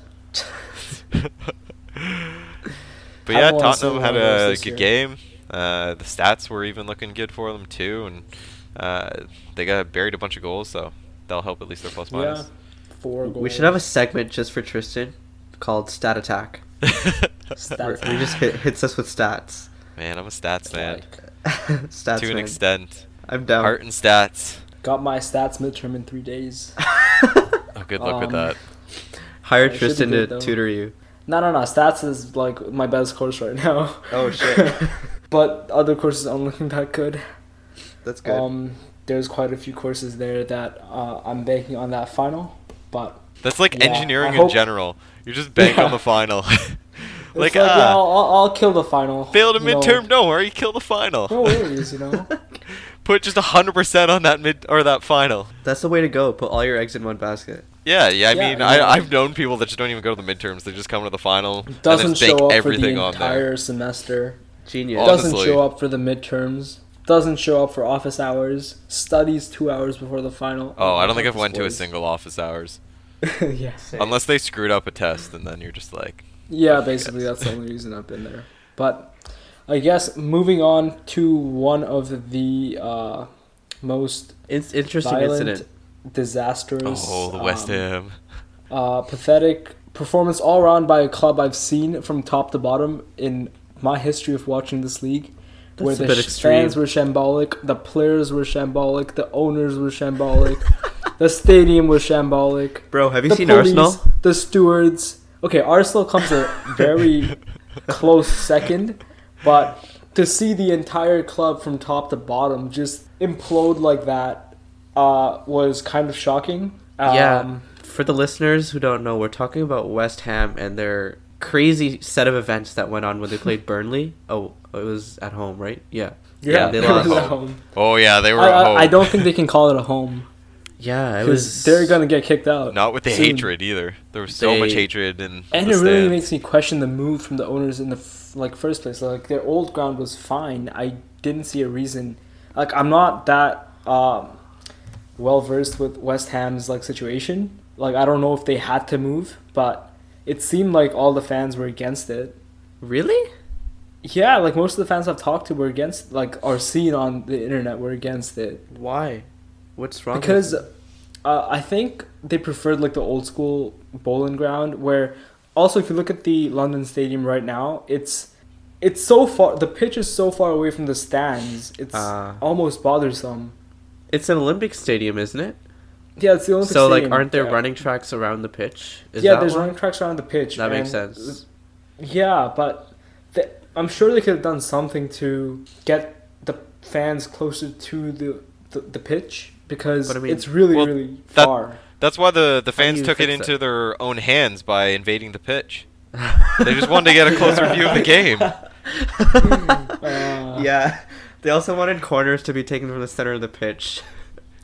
Speaker 4: but
Speaker 2: I
Speaker 4: yeah,
Speaker 2: don't wanna see
Speaker 4: Tottenham had
Speaker 2: anyone else
Speaker 4: a
Speaker 2: this
Speaker 4: good
Speaker 2: year.
Speaker 4: game. Uh, the stats were even looking good for them too, and uh, they got buried a bunch of goals, so that'll help at least their plus minus.
Speaker 2: Yeah. Four goals.
Speaker 1: We should have a segment just for Tristan called Stat Attack. Where
Speaker 2: Stat
Speaker 1: he just hit, hits us with stats.
Speaker 4: man, I'm a stats man
Speaker 2: Like,
Speaker 1: stats.
Speaker 4: to an
Speaker 1: man.
Speaker 4: extent.
Speaker 1: I'm down.
Speaker 4: Heart and stats.
Speaker 2: Got my stats midterm in three days.
Speaker 4: Oh, good luck with
Speaker 2: Um,
Speaker 4: that.
Speaker 1: Hire
Speaker 2: I
Speaker 1: Tristan
Speaker 2: shouldn't do
Speaker 1: to
Speaker 2: it, though.
Speaker 1: tutor you.
Speaker 2: No, no, no. Stats is like my best course right now.
Speaker 1: Oh, shit.
Speaker 2: but other courses aren't looking that good.
Speaker 1: That's good.
Speaker 2: Um, there's quite a few courses there that uh, I'm banking on that final. But
Speaker 4: That's like
Speaker 2: yeah,
Speaker 4: engineering
Speaker 2: I
Speaker 4: in
Speaker 2: hope-
Speaker 4: general. You just bank on
Speaker 2: Yeah.
Speaker 4: the final.
Speaker 2: it's like,
Speaker 4: like,
Speaker 2: yeah,
Speaker 4: ah,
Speaker 2: I'll, I'll, I'll kill the final.
Speaker 4: failed a
Speaker 2: you know.
Speaker 4: midterm. Don't worry, kill the final.
Speaker 2: No worries, you know.
Speaker 4: Put just hundred percent on that mid or that final.
Speaker 1: That's the way to go. Put all your eggs in one basket.
Speaker 4: Yeah, yeah. I
Speaker 2: Yeah,
Speaker 4: mean,
Speaker 2: I
Speaker 4: I,
Speaker 2: know.
Speaker 4: I've known people that just don't even go to the midterms. They just come to the final
Speaker 2: Doesn't
Speaker 4: and then bank
Speaker 2: show up for
Speaker 4: everything
Speaker 2: the
Speaker 4: on there.
Speaker 2: entire semester.
Speaker 1: Genius.
Speaker 4: Oh,
Speaker 2: Doesn't
Speaker 4: Honestly.
Speaker 2: show up for the midterms. Doesn't show up for office hours. Studies two hours before the final.
Speaker 4: Oh, I don't
Speaker 2: my
Speaker 4: think I've
Speaker 2: goodness,
Speaker 4: went to a
Speaker 2: boys.
Speaker 4: single office hours
Speaker 2: yeah.
Speaker 4: unless they screwed up a test, and then you're just like,
Speaker 2: Yeah, basically that's the only reason I've been there. But I guess moving on to one of the uh, most
Speaker 1: It's interesting
Speaker 2: violent
Speaker 1: incident.
Speaker 2: disastrous.
Speaker 4: Oh, the West
Speaker 2: um,
Speaker 4: Ham.
Speaker 2: uh, pathetic performance all around by a club I've seen from top to bottom in my history of watching this league. where
Speaker 1: That's a
Speaker 2: the
Speaker 1: bit
Speaker 2: sh-
Speaker 1: extreme.
Speaker 2: fans were shambolic, the players were shambolic, the owners were shambolic, the stadium was shambolic.
Speaker 1: Bro, have you
Speaker 2: the
Speaker 1: seen
Speaker 2: police,
Speaker 1: Arsenal?
Speaker 2: The stewards. Okay, Arsenal comes a very close second, but to see the entire club from top to bottom just implode like that uh, was kind of shocking. Um,
Speaker 1: yeah. For the listeners who don't know, we're talking about West Ham and their crazy set of events that went on when they played Burnley. Oh, it was at home, right? Yeah.
Speaker 4: Yeah,
Speaker 1: they
Speaker 4: it
Speaker 1: lost.
Speaker 4: was at Oh yeah, they were
Speaker 2: I,
Speaker 4: at
Speaker 2: I-
Speaker 4: home.
Speaker 2: I don't think they can call it a home
Speaker 1: Yeah, it was.
Speaker 2: because they're gonna get kicked out.
Speaker 4: Not with the
Speaker 2: soon.
Speaker 4: hatred either. There was so much
Speaker 1: They-
Speaker 4: hatred and.
Speaker 2: And
Speaker 4: the
Speaker 2: it really
Speaker 4: stands.
Speaker 2: makes me question the move from the owners in the f- like first place. Like their old ground was fine. I didn't see a reason. Like I'm not that um, well versed with West Ham's like situation. Like I don't know if they had to move, but it seemed like all the fans were against it.
Speaker 1: Really?
Speaker 2: Yeah, like most of the fans I've talked to were against, like are seen on the internet were against it.
Speaker 1: Why? What's wrong? with
Speaker 2: because
Speaker 1: them?
Speaker 2: uh, I think they preferred like the old school bowling ground where also if you look at the London Stadium right now it's it's so far the pitch is so far away from the stands it's
Speaker 1: Ah.
Speaker 2: almost bothersome
Speaker 1: it's an Olympic stadium, isn't it?
Speaker 2: yeah it's the Olympic
Speaker 1: so like,
Speaker 2: Stadium,
Speaker 1: aren't there
Speaker 2: yeah.
Speaker 1: running tracks around the pitch? Is
Speaker 2: yeah
Speaker 1: that
Speaker 2: there's
Speaker 1: why?
Speaker 2: running tracks around the pitch
Speaker 1: That makes
Speaker 2: and-
Speaker 1: sense.
Speaker 2: yeah but th I'm sure they could have done something to get the fans closer to the the, the pitch because
Speaker 1: But I mean-
Speaker 2: it's really
Speaker 4: Well,
Speaker 2: really
Speaker 4: that-
Speaker 2: far
Speaker 4: That's why the, the
Speaker 1: How do
Speaker 4: fans
Speaker 1: you
Speaker 4: took it
Speaker 1: fix
Speaker 4: into
Speaker 1: it?
Speaker 4: their own hands by invading the pitch. They just wanted to get a closer view of the game.
Speaker 2: Uh,
Speaker 1: yeah. They also wanted corners to be taken from the center of the pitch.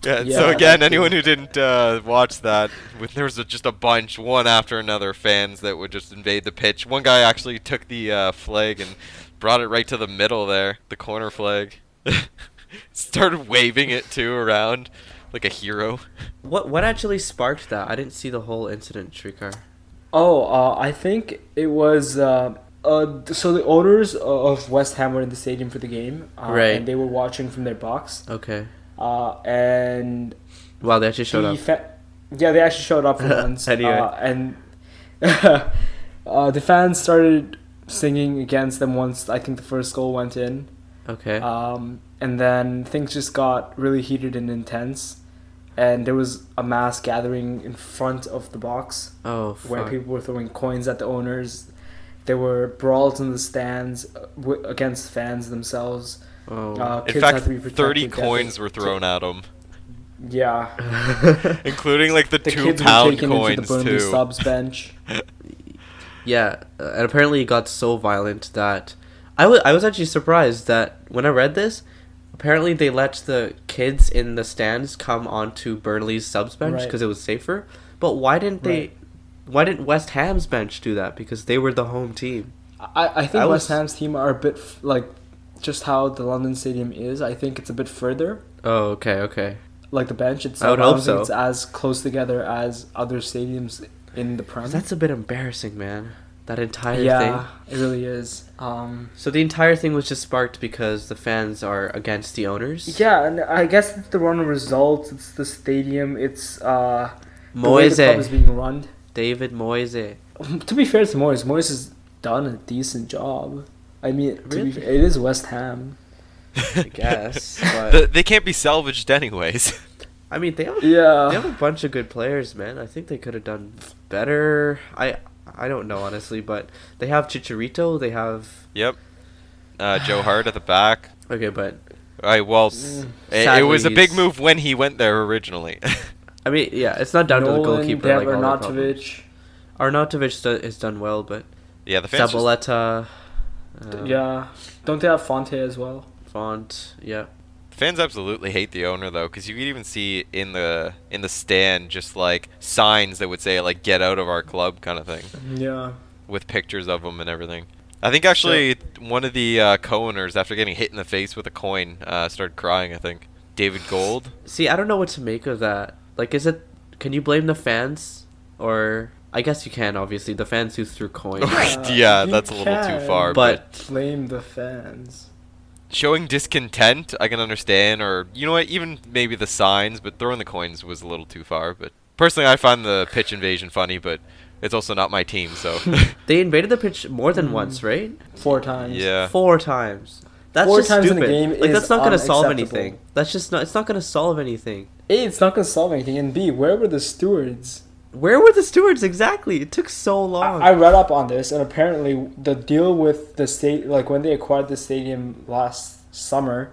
Speaker 4: Yeah,
Speaker 2: Yeah,
Speaker 4: so again,
Speaker 2: that's
Speaker 4: anyone who didn't uh, watch that, with, there was a, just a bunch, one after another, fans that would just invade the pitch. One guy actually took the uh, flag and brought it right to the middle there, the corner flag. Started waving it too around like a hero.
Speaker 1: What what actually sparked that? I didn't see the whole incident, Shrikar.
Speaker 2: Oh, uh, I think it was. Uh, uh, so the owners of West Ham were in the stadium for the game, uh,
Speaker 1: Right.
Speaker 2: And they were watching from their box,
Speaker 1: Okay.
Speaker 2: uh, and
Speaker 1: Wow, they actually showed
Speaker 2: the
Speaker 1: up.
Speaker 2: fa- yeah, they actually showed up for once,
Speaker 1: Anyway.
Speaker 2: uh, and uh, the fans started singing against them once. I think the first goal went in,
Speaker 1: Okay.
Speaker 2: um, and then things just got really heated and intense, and there was a mass gathering in front of the box
Speaker 1: oh,
Speaker 2: where
Speaker 1: fuck.
Speaker 2: people were throwing coins at the owners. There were brawls in the stands uh, w- against fans themselves.
Speaker 1: Oh.
Speaker 2: Uh,
Speaker 4: In
Speaker 2: kids
Speaker 4: fact,
Speaker 2: had to be protected
Speaker 4: 30
Speaker 2: death-
Speaker 4: coins were thrown at him,
Speaker 2: Yeah,
Speaker 4: including like the,
Speaker 2: the
Speaker 4: two
Speaker 2: kids were
Speaker 4: pound
Speaker 2: taken into the
Speaker 4: coins
Speaker 2: Burnley
Speaker 4: too.
Speaker 2: subs bench.
Speaker 1: yeah, uh, and apparently it got so violent that I wa- I was actually surprised that when I read this, apparently they let the kids in the stands come onto Burnley's subs bench
Speaker 2: Right.
Speaker 1: because it was safer. But why didn't they?
Speaker 2: Right.
Speaker 1: Why didn't West Ham's bench do that? Because they were the home team.
Speaker 2: I, I think
Speaker 1: I was-
Speaker 2: West Ham's team are a bit f- like just how the London Stadium is. I think it's a bit further.
Speaker 1: Oh, okay, okay.
Speaker 2: Like the bench itself,
Speaker 1: I would
Speaker 2: don't
Speaker 1: hope
Speaker 2: think
Speaker 1: so.
Speaker 2: it's as close together as other stadiums in the Prem.
Speaker 1: That's a bit embarrassing, man. That entire
Speaker 2: yeah,
Speaker 1: thing.
Speaker 2: it really is. Um,
Speaker 1: So the entire thing was just sparked because the fans are against the owners.
Speaker 2: yeah, and I guess it's the run results. It's the stadium. It's uh, The way the club
Speaker 1: Moise,
Speaker 2: is being run.
Speaker 1: David Moise.
Speaker 2: To be fair to Moyes, Moyes has done a decent job. I mean, to be
Speaker 1: Really?
Speaker 2: fair, it is West Ham.
Speaker 1: I guess, but-
Speaker 4: The- they can't be salvaged anyways.
Speaker 1: I mean, they have a They have
Speaker 2: Yeah.
Speaker 1: a bunch of good players, man. I think they could have done better. I I don't know honestly, but they have Chicharito. They have
Speaker 4: Yep. Uh, Joe Hart at the back.
Speaker 1: okay, but
Speaker 4: All right, well, s-
Speaker 2: Mm.
Speaker 4: it, it was a
Speaker 1: Sadly,
Speaker 4: big
Speaker 1: he's-
Speaker 4: move when he went there originally.
Speaker 1: I mean, yeah, it's not down to the goalkeeper.
Speaker 2: Dev
Speaker 1: Like all the problems.
Speaker 2: Arnautovic.
Speaker 1: Arnautovic do- has done well, but
Speaker 4: yeah, the fans. Just,
Speaker 1: Zabaleta, uh,
Speaker 2: yeah. Don't they have Fonte as well?
Speaker 1: Font, yeah,
Speaker 4: fans absolutely hate the owner though, because you could even see in the in the stand just like signs that would say like "Get out of our club" kind of thing,
Speaker 2: Yeah.
Speaker 4: with pictures of him and everything. I think actually one of the uh, co-owners, after getting hit in the face with a coin, uh, started crying. I think David Gold.
Speaker 1: See, I don't know what to make of that. Like, is it? Can you blame the fans? Or I guess you can. Obviously, the fans who threw coins.
Speaker 2: Yeah,
Speaker 4: yeah,
Speaker 2: you
Speaker 4: that's a little too
Speaker 2: can,
Speaker 4: far.
Speaker 1: but
Speaker 2: Blame the fans.
Speaker 4: showing discontent, I can understand, or you know what, even maybe the signs, but throwing the coins was a little too far. But personally, I find the pitch invasion funny, but it's also not my team, so
Speaker 1: They invaded the pitch more than once, right?
Speaker 2: four times.
Speaker 4: yeah.
Speaker 1: Four times. That's
Speaker 2: Four
Speaker 1: just
Speaker 2: times in a
Speaker 1: stupid.
Speaker 2: game
Speaker 1: like
Speaker 2: is
Speaker 1: that's not gonna solve
Speaker 2: unacceptable.
Speaker 1: anything. That's just not. It's not gonna solve anything.
Speaker 2: A, it's not gonna solve anything, and B, where were the stewards?
Speaker 1: Where were the stewards exactly? It took so long.
Speaker 2: I, I read up on this, and apparently the deal with the state, like when they acquired the stadium last summer,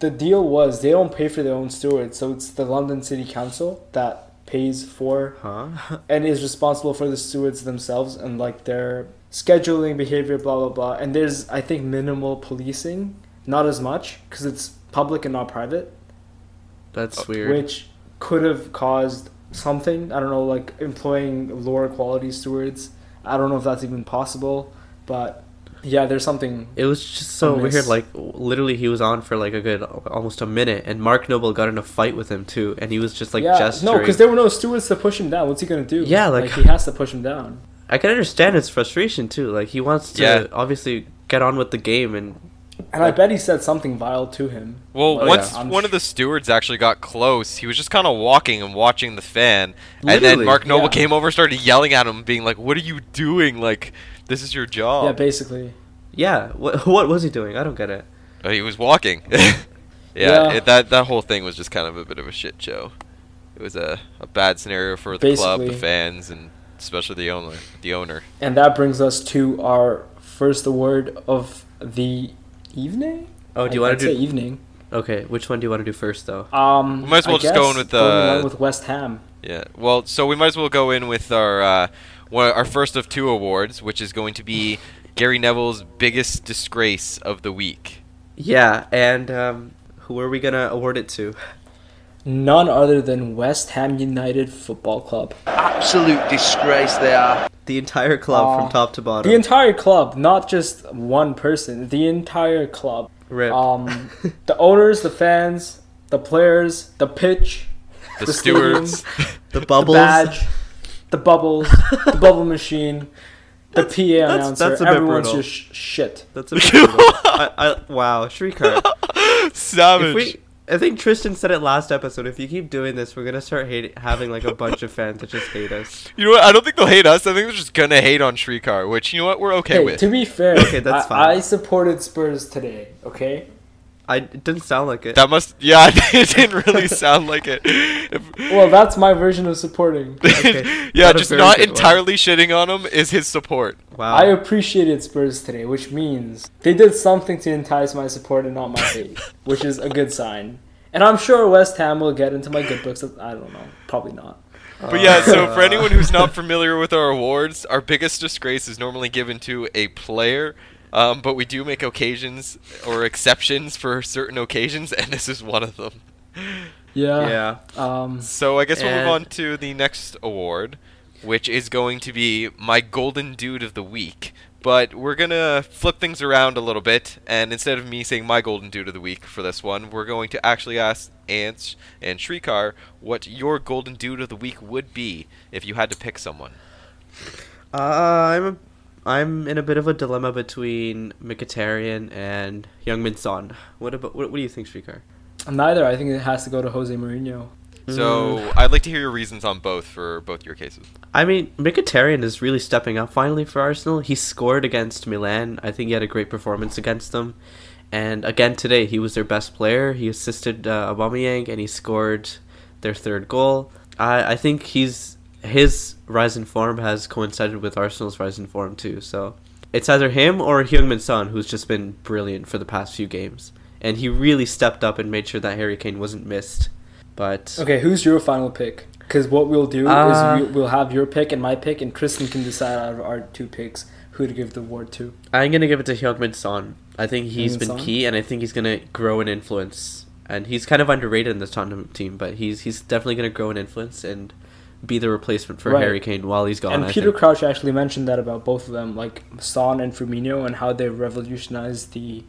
Speaker 2: the deal was they don't pay for their own stewards, so it's the London City Council that pays for
Speaker 1: huh?
Speaker 2: and is responsible for the stewards themselves and like their scheduling behavior, blah blah blah. And there's I think minimal policing, not as much because it's public and not private,
Speaker 1: That's weird.
Speaker 2: which could have caused something. I don't know, like employing lower quality stewards. I don't know if that's even possible, but yeah, there's something.
Speaker 1: It was just so
Speaker 2: Amiss.
Speaker 1: weird. Like literally, he was on for like a good almost a minute, and Mark Noble got in a fight with him too, and he was just like
Speaker 2: yeah,
Speaker 1: gesturing.
Speaker 2: no, because there were no stewards to push him down. What's he gonna do?
Speaker 1: Yeah, like-
Speaker 2: he has to push him down.
Speaker 1: I can understand his frustration too. Like he wants to
Speaker 4: Yeah.
Speaker 1: obviously get on with the game, and
Speaker 2: And I bet he said something vile to him.
Speaker 4: Well,
Speaker 1: Well,
Speaker 4: once
Speaker 2: yeah. I'm
Speaker 4: one of the stewards actually got close, he was just kind of walking and watching the fan, and then
Speaker 1: Literally,
Speaker 4: Mark Noble
Speaker 2: yeah.
Speaker 4: came over, started yelling at him, being like, "What are you doing? Like, this is your
Speaker 2: Yeah,
Speaker 4: job."
Speaker 2: basically.
Speaker 1: yeah, what what was he doing? I don't get it.
Speaker 4: Uh, he was walking. yeah,
Speaker 2: Yeah.
Speaker 4: It, that that whole thing was just kind of a bit of a shit show. It was a, a bad scenario for the club, the
Speaker 2: Basically.
Speaker 4: fans, and especially the owner. The owner.
Speaker 2: And that brings us to our first award of the evening.
Speaker 1: Oh, do you
Speaker 2: I-
Speaker 1: want
Speaker 2: I'd
Speaker 1: to
Speaker 2: say
Speaker 1: do?
Speaker 2: evening?
Speaker 1: Okay, which one do you want to do first though?
Speaker 2: Um,
Speaker 4: We might as well
Speaker 2: I
Speaker 4: just go
Speaker 2: guess
Speaker 4: in with,
Speaker 2: going
Speaker 4: uh,
Speaker 2: along with West Ham.
Speaker 4: Yeah. Well, so we might as well go in with our uh, one, our first of two awards, which is going to be Gary Neville's biggest disgrace of the week.
Speaker 1: Yeah, and um, who are we gonna award it to?
Speaker 2: None other than West Ham United Football Club.
Speaker 5: Absolute disgrace they are.
Speaker 1: The entire club
Speaker 2: Uh,
Speaker 1: from top to bottom.
Speaker 2: The entire club, not just one person. The entire club.
Speaker 1: Rip.
Speaker 2: Um, the owners, the fans, the players, the pitch,
Speaker 4: The,
Speaker 2: The stadium.
Speaker 4: stewards.
Speaker 1: the bubbles.
Speaker 2: the badge, the bubbles, the bubble machine, the PA
Speaker 1: that's-
Speaker 2: announcer.
Speaker 1: that's a bit
Speaker 2: Everyone's
Speaker 1: brutal.
Speaker 2: just sh- shit.
Speaker 1: That's a I, I, wow, Shrieker.
Speaker 4: Savage.
Speaker 1: if we, I think Tristan said it last episode. If you keep doing this, we're gonna start hate, having like a bunch of fans that just hate us.
Speaker 4: You know what? I don't think they'll hate us. I think they're just gonna hate on Shrikar, which you know what? We're okay
Speaker 2: Hey,
Speaker 4: with.
Speaker 2: to be fair,
Speaker 1: Okay, that's
Speaker 2: I,
Speaker 1: fine.
Speaker 2: I supported Spurs today. Okay.
Speaker 1: I it didn't sound like it.
Speaker 4: that must. Yeah, it didn't really sound like it. If-
Speaker 2: Well, that's my version of supporting.
Speaker 1: okay,
Speaker 4: yeah,
Speaker 1: not a
Speaker 4: just
Speaker 1: very
Speaker 4: not
Speaker 1: good one.
Speaker 4: entirely shitting on him is his support.
Speaker 1: Wow.
Speaker 2: I appreciated Spurs today, which means they did something to entice my support and not my hate, which is a good sign. And I'm sure West Ham will get into my good books. I don't know. Probably not.
Speaker 4: But yeah, so
Speaker 1: Ah.
Speaker 4: for anyone who's not familiar with our awards, our biggest disgrace is normally given to a player, um, but we do make occasions or exceptions for certain occasions, and this is one of them.
Speaker 2: Yeah.
Speaker 1: yeah.
Speaker 2: Um,
Speaker 4: So I guess we'll move
Speaker 1: And-
Speaker 4: on to the next award, which is going to be my golden dude of the week. But we're gonna flip things around a little bit, and instead of me saying my golden dude of the week for this one, we're going to actually ask Ants and Shrikar what your golden dude of the week would be if you had to pick someone.
Speaker 1: Uh, I'm a, I'm in a bit of a dilemma between Mkhitaryan and Youngmin Son. What about what, what do you think, Shrikar?
Speaker 2: neither. I think it has to go to Jose Mourinho.
Speaker 4: So I'd like to hear your reasons on both for both your cases.
Speaker 1: I mean, Mkhitaryan is really stepping up finally for Arsenal. He scored against Milan. I think he had a great performance against them. And again today, he was their best player. He assisted uh, Aubameyang and he scored their third goal. I I think he's his rise in form has coincided with Arsenal's rise in form too. So it's either him or Heung-min Son, who's just been brilliant for the past few games. And he really stepped up and made sure that Harry Kane wasn't missed. But
Speaker 2: Okay, who's your final pick? Because what we'll do
Speaker 1: Uh,
Speaker 2: is we, we'll have your pick and my pick, and Tristan can decide out of our two picks who to give the award to.
Speaker 1: I'm gonna give it to Hyungmin Son. I think he's been
Speaker 2: Heung-min Son?
Speaker 1: key, and I think he's gonna grow in influence. And he's kind of underrated in this Tottenham team, but he's he's definitely gonna grow in influence and be the replacement for
Speaker 2: Right.
Speaker 1: Harry Kane while he's gone.
Speaker 2: and
Speaker 1: I
Speaker 2: Peter
Speaker 1: think.
Speaker 2: Crouch actually mentioned that about both of them, like Son and Firmino, and how they revolutionized the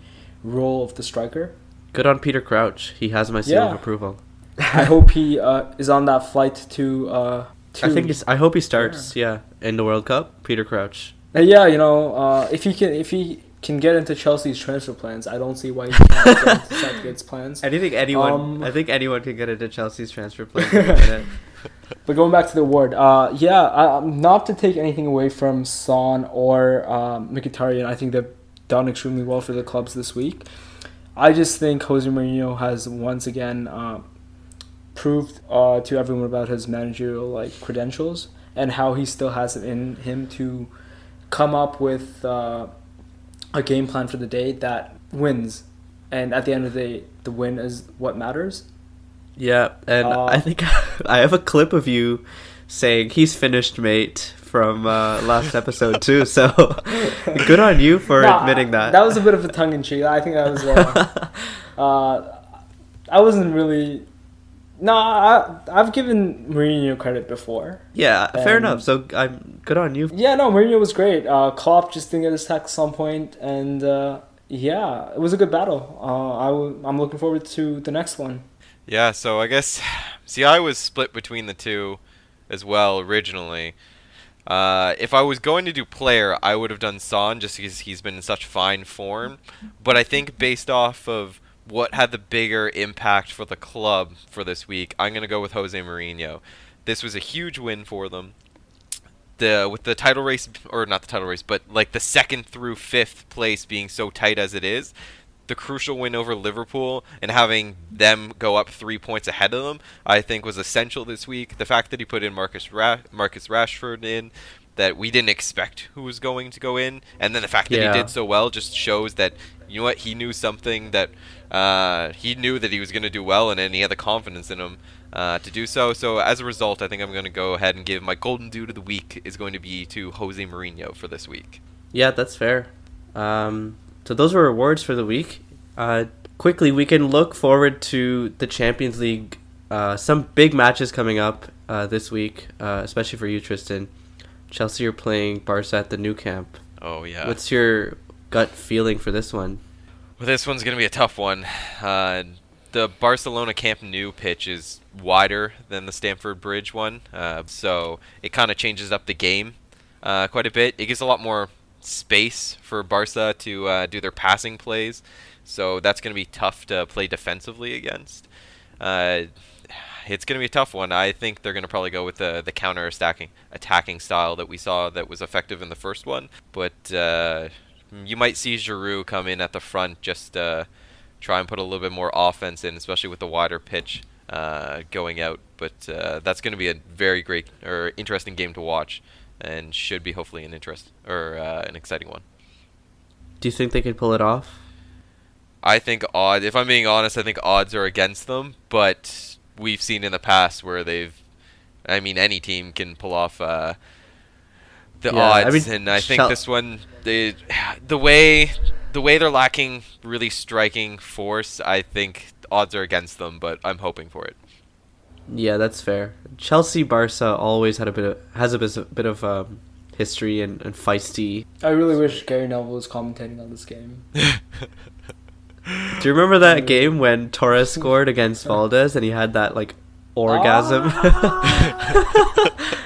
Speaker 2: role of the striker.
Speaker 1: Good on Peter Crouch. He has my seal
Speaker 2: Yeah.
Speaker 1: of approval.
Speaker 2: I hope he uh, is on that flight to. Uh, to
Speaker 1: I think. He's, I hope he starts. Yeah. in the World Cup, Peter Crouch.
Speaker 2: Uh, yeah, you know, uh, if he can, if he can get into Chelsea's transfer plans, I don't see why you can't get into Southgate's plans.
Speaker 1: I do think anyone.
Speaker 2: Um,
Speaker 1: I think anyone could get into Chelsea's transfer plan. in a minute.
Speaker 2: But going back to the word, uh, yeah, I, I'm not to take anything away from Son or um, Mkhitaryan. I think they've done extremely well for the clubs this week. I just think Jose Mourinho has once again uh, proved uh, to everyone about his managerial like credentials and how he still has it in him to come up with uh, a game plan for the day that wins. And at the end of the day, the win is what matters.
Speaker 1: yeah, and
Speaker 2: Uh,
Speaker 1: I think I have a clip of you saying he's finished, mate, from uh, last episode too. So good on you for
Speaker 2: Nah,
Speaker 1: admitting that.
Speaker 2: That was a bit of a tongue in cheek. I think that was. Uh, uh, I wasn't really. No, I, I've given Mourinho credit before.
Speaker 1: yeah, fair
Speaker 2: um,
Speaker 1: enough. So I'm good on you.
Speaker 2: Yeah, no, Mourinho was great. Uh, Klopp just didn't get his tackle at some point, and uh, yeah, it was a good battle. Uh, I w- I'm looking forward to the next one.
Speaker 4: Yeah, so I guess see I was split between the two as well originally. Uh, if I was going to do player, I would have done Son just because he's been in such fine form. But I think based off of what had the bigger impact for the club for this week, I'm going to go with Jose Mourinho. This was a huge win for them. The with the title race or not the title race, but like the second through fifth place being so tight as it is, the crucial win over Liverpool and having them go up three points ahead of them, I think was essential this week. The fact that he put in Marcus Ra- Marcus Rashford in that we didn't expect who was going to go in, and then the fact that
Speaker 1: Yeah.
Speaker 4: he did so well just shows that you know what he knew something that uh, he knew that he was going to do well, and then he had the confidence in him uh, to do so. So as a result, I think I'm going to go ahead and give my golden dude of the week is going to be to Jose Mourinho for this week.
Speaker 1: Yeah, that's fair. Um, so those were awards for the week. Uh, quickly, we can look forward to the Champions League. Uh, some big matches coming up uh, this week, uh, especially for you, Tristan. Chelsea are playing Barca at the new camp.
Speaker 4: Oh yeah.
Speaker 1: What's your gut feeling for this one?
Speaker 4: Well, this one's going to be a tough one. Uh, the Barcelona Camp Nou pitch is wider than the Stamford Bridge one, uh, so it kind of changes up the game uh, quite a bit. It gives a lot more space for Barca to uh, do their passing plays, so that's going to be tough to play defensively against. Uh, it's going to be a tough one. I think they're going to probably go with the the counter attacking attacking style that we saw that was effective in the first one. But uh, you might see Giroud come in at the front just uh, try and put a little bit more offense in, especially with the wider pitch uh, going out. But uh, that's going to be a very great or interesting game to watch, and should be hopefully an interest or uh, an exciting one.
Speaker 1: Do you think they could pull it off?
Speaker 4: I think odds. If I'm being honest, I think odds are against them. But we've seen in the past where they've, I mean, any team can pull off uh, the
Speaker 1: Yeah, I
Speaker 4: odds,
Speaker 1: mean,
Speaker 4: and I think
Speaker 1: Chel-
Speaker 4: this one, they, the way, the way they're lacking really striking force, I think odds are against them. But I'm hoping for it.
Speaker 1: Yeah, that's fair. Chelsea Barca always had a bit of has a bit, bit of um, history and, and feisty.
Speaker 2: I really wish Gary Neville was commentating on this game.
Speaker 1: Do you remember that game when Torres scored against Valdez and he had that like orgasm?
Speaker 4: Ah.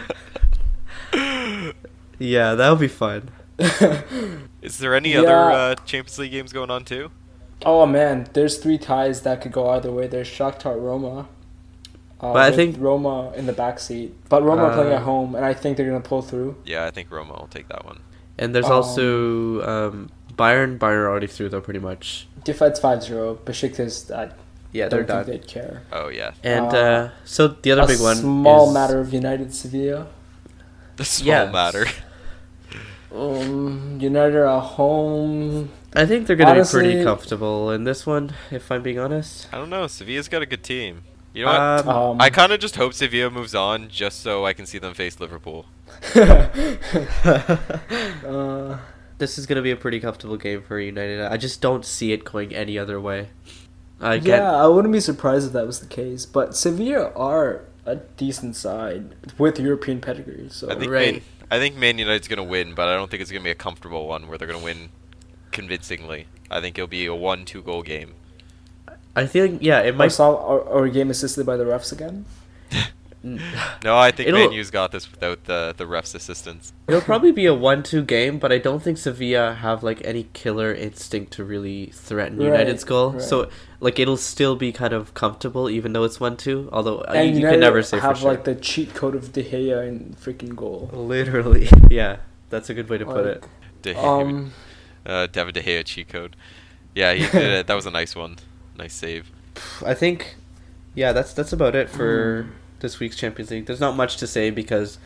Speaker 1: yeah, that would be fun.
Speaker 4: Is there any
Speaker 2: Yeah.
Speaker 4: other uh, Champions League games going on too?
Speaker 2: Oh man, there's three ties that could go either way. There's Shakhtar Roma. Uh,
Speaker 1: But I
Speaker 2: with
Speaker 1: think-
Speaker 2: Roma in the backseat, but Roma are playing
Speaker 1: Uh,
Speaker 2: at home, and I think they're gonna pull through.
Speaker 4: Yeah, I think Roma will take that one.
Speaker 1: And there's also um, Bayern. Bayern already through though, pretty much.
Speaker 2: Defense 5-0. Besiktas, I
Speaker 1: Yeah,
Speaker 2: don't think they'd care.
Speaker 4: Oh yeah,
Speaker 1: And
Speaker 2: Uh,
Speaker 1: uh, so the other
Speaker 2: a
Speaker 1: big one,
Speaker 2: small
Speaker 1: is-
Speaker 2: matter of United Sevilla.
Speaker 4: the small
Speaker 1: Yeah.
Speaker 4: matter.
Speaker 2: Um, United are at home.
Speaker 1: I think they're gonna be
Speaker 2: Honestly-
Speaker 1: pretty comfortable in this one, if I'm being honest.
Speaker 4: I don't know. Sevilla's got a good team. You know what?
Speaker 1: Um,
Speaker 2: Um,
Speaker 4: I kind of just hope Sevilla moves on just so I can see them face Liverpool.
Speaker 2: uh,
Speaker 1: this is gonna be a pretty comfortable game for United. I just don't see it going any other way. I can't.
Speaker 2: yeah, I wouldn't be surprised if that was the case. But Sevilla are a decent side with European pedigree. So
Speaker 4: I think
Speaker 1: Right.
Speaker 4: Man, I think Man United's going to win, but I don't think it's going to be a comfortable one where they're going to win convincingly. I think it'll be a 1-2 goal game.
Speaker 1: I think yeah, it
Speaker 2: my
Speaker 1: might
Speaker 2: song or, or game assisted by the refs again.
Speaker 4: No, I think
Speaker 1: It'll-
Speaker 4: Man U's got this without the the ref's assistance.
Speaker 1: It'll probably be a one-two game, but I don't think Sevilla have like any killer instinct to really threaten
Speaker 2: Right,
Speaker 1: United's goal.
Speaker 2: right.
Speaker 1: So like it'll still be kind of comfortable, even though it's one-two. Although uh,
Speaker 2: and
Speaker 1: you, you
Speaker 2: United
Speaker 1: can never say
Speaker 2: have
Speaker 1: for sure.
Speaker 2: like the cheat code of De Gea in freaking goal.
Speaker 1: Literally, yeah, that's a good way to put
Speaker 2: Like,
Speaker 1: it.
Speaker 4: De Gea,
Speaker 2: Um,
Speaker 4: uh, David De Gea cheat code. Yeah, he did it. That was a nice one. Nice save.
Speaker 1: I think, yeah, that's that's about it
Speaker 4: Hmm.
Speaker 1: for this week's Champions League. There's not much to say because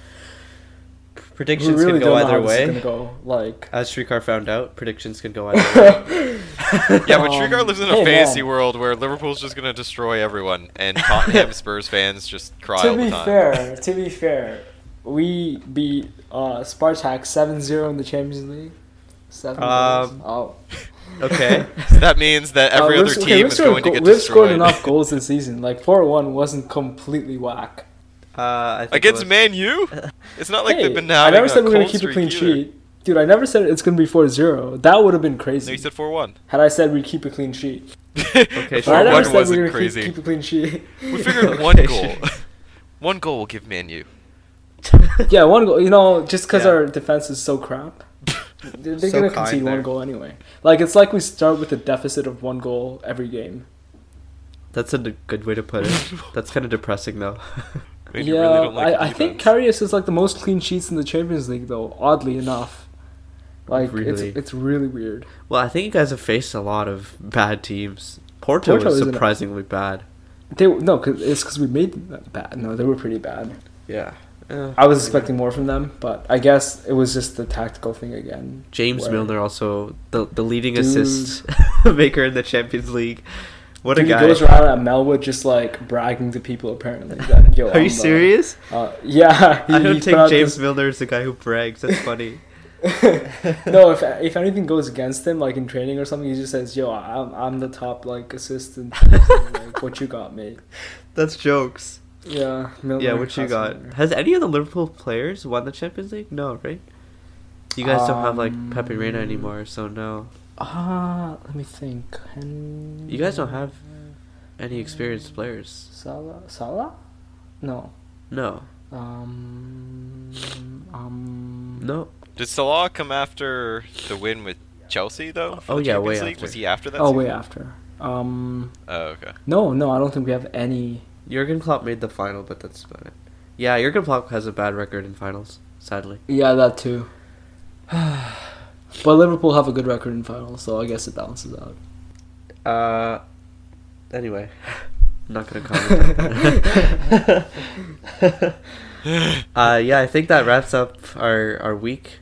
Speaker 1: p-
Speaker 2: we
Speaker 1: predictions
Speaker 2: really
Speaker 1: could go
Speaker 2: don't know how
Speaker 1: either
Speaker 2: this
Speaker 1: way.
Speaker 2: is gonna go. Like,
Speaker 1: As Shrikar found out, predictions could go either way.
Speaker 4: Yeah,
Speaker 2: Um,
Speaker 4: but Trigar lives in a
Speaker 2: hey,
Speaker 4: fantasy
Speaker 2: man.
Speaker 4: world where Liverpool's just gonna destroy everyone, and Tottenham Spurs fans just cry all
Speaker 2: to
Speaker 4: the
Speaker 2: be
Speaker 4: time.
Speaker 2: fair, to be fair, we beat uh, Spartak 7-0 in the Champions League. Seven
Speaker 1: Um,
Speaker 2: goals. Oh,
Speaker 1: okay.
Speaker 4: So that means that Uh, every
Speaker 2: Uh,
Speaker 4: other
Speaker 2: we've-
Speaker 4: team
Speaker 2: okay, we've
Speaker 4: is
Speaker 2: scored
Speaker 4: going to
Speaker 2: go-
Speaker 4: get
Speaker 2: We've
Speaker 4: destroyed.
Speaker 2: scored enough goals this season. Like four one wasn't completely whack.
Speaker 1: Uh, I think it
Speaker 4: Against
Speaker 1: was-
Speaker 4: Man U. It's not like uh,
Speaker 2: hey,
Speaker 4: they've been
Speaker 2: I
Speaker 4: having
Speaker 2: never said we
Speaker 4: are
Speaker 2: were gonna keep a clean sheet, dude. I never said it's gonna be 4-0. That would have been crazy.
Speaker 4: No, you said four one.
Speaker 2: had I said we'd keep a clean sheet,
Speaker 4: okay,
Speaker 2: but I
Speaker 1: sure.
Speaker 2: never
Speaker 1: One
Speaker 2: said we were
Speaker 4: wasn't
Speaker 2: gonna
Speaker 4: crazy.
Speaker 2: Keep, keep a clean sheet.
Speaker 4: We figured one
Speaker 1: Okay,
Speaker 4: goal.
Speaker 1: sure.
Speaker 4: one goal will give Man U.
Speaker 2: yeah, one goal. You know, just because
Speaker 1: Yeah.
Speaker 2: our defense is so crap, they're, they're
Speaker 1: So
Speaker 2: gonna
Speaker 1: kind
Speaker 2: concede
Speaker 1: there.
Speaker 2: one goal anyway. Like it's like we start with a deficit of one goal every game.
Speaker 1: That's a d- good way to put it. That's kind of depressing, though.
Speaker 2: yeah,
Speaker 4: Man, you really don't like the
Speaker 2: I, I think
Speaker 4: defense.
Speaker 2: Karius is like the most clean sheets in the Champions League, though. Oddly enough, like
Speaker 1: Really?
Speaker 2: it's it's really weird.
Speaker 1: well, I think you guys have faced a lot of bad teams. Porto,
Speaker 2: Porto
Speaker 1: was
Speaker 2: isn't it?
Speaker 1: surprisingly bad.
Speaker 2: They no, cause it's because we made them that bad. No, they were pretty bad.
Speaker 1: Yeah.
Speaker 2: I was expecting more from them, but I guess it was just the tactical thing again.
Speaker 1: James
Speaker 2: where-
Speaker 1: Milner also the the leading
Speaker 2: Dude.
Speaker 1: assist maker in the Champions League. What
Speaker 2: Dude,
Speaker 1: a guy!
Speaker 2: He goes around at Melwood just like bragging to people apparently. That, Yo,
Speaker 1: Are
Speaker 2: I'm
Speaker 1: you
Speaker 2: the-
Speaker 1: serious?
Speaker 2: Uh, yeah,
Speaker 1: I
Speaker 2: he- he
Speaker 1: don't
Speaker 2: put out
Speaker 1: take James
Speaker 2: this-
Speaker 1: Milner as the guy who brags. That's funny.
Speaker 2: no, if if anything goes against him, like in training or something, he just says, "Yo, I'm I'm the top like assistant. like, what you got, mate?
Speaker 1: That's jokes.
Speaker 2: Yeah, Milner,
Speaker 1: yeah, what you
Speaker 2: that's
Speaker 1: got?
Speaker 2: Milner.
Speaker 1: Has any of the Liverpool players won the Champions League? No, right? You guys don't have like Pepe Reina
Speaker 2: Um,
Speaker 1: anymore, so no.
Speaker 2: Ah, let me think. Hen-
Speaker 1: You guys don't have any experienced players.
Speaker 2: Salah. Salah? No.
Speaker 1: No,
Speaker 2: Um. Um.
Speaker 1: no.
Speaker 4: Did Salah come after the win with Chelsea though? for
Speaker 1: Oh,
Speaker 4: the
Speaker 1: yeah,
Speaker 4: Champions
Speaker 1: way
Speaker 4: League?
Speaker 1: after.
Speaker 4: Was he after that?
Speaker 2: Oh,
Speaker 4: season?
Speaker 2: way after. Um.
Speaker 4: Oh, okay.
Speaker 2: No, no, I don't think we have any.
Speaker 1: Jurgen Klopp made the final, but that's about it. Yeah, Jurgen Klopp has a bad record in finals, sadly.
Speaker 2: Yeah, that too. but Liverpool have a good record in finals, so I guess it balances out.
Speaker 1: Uh, anyway, not gonna comment. uh, yeah, I think that wraps up our our week.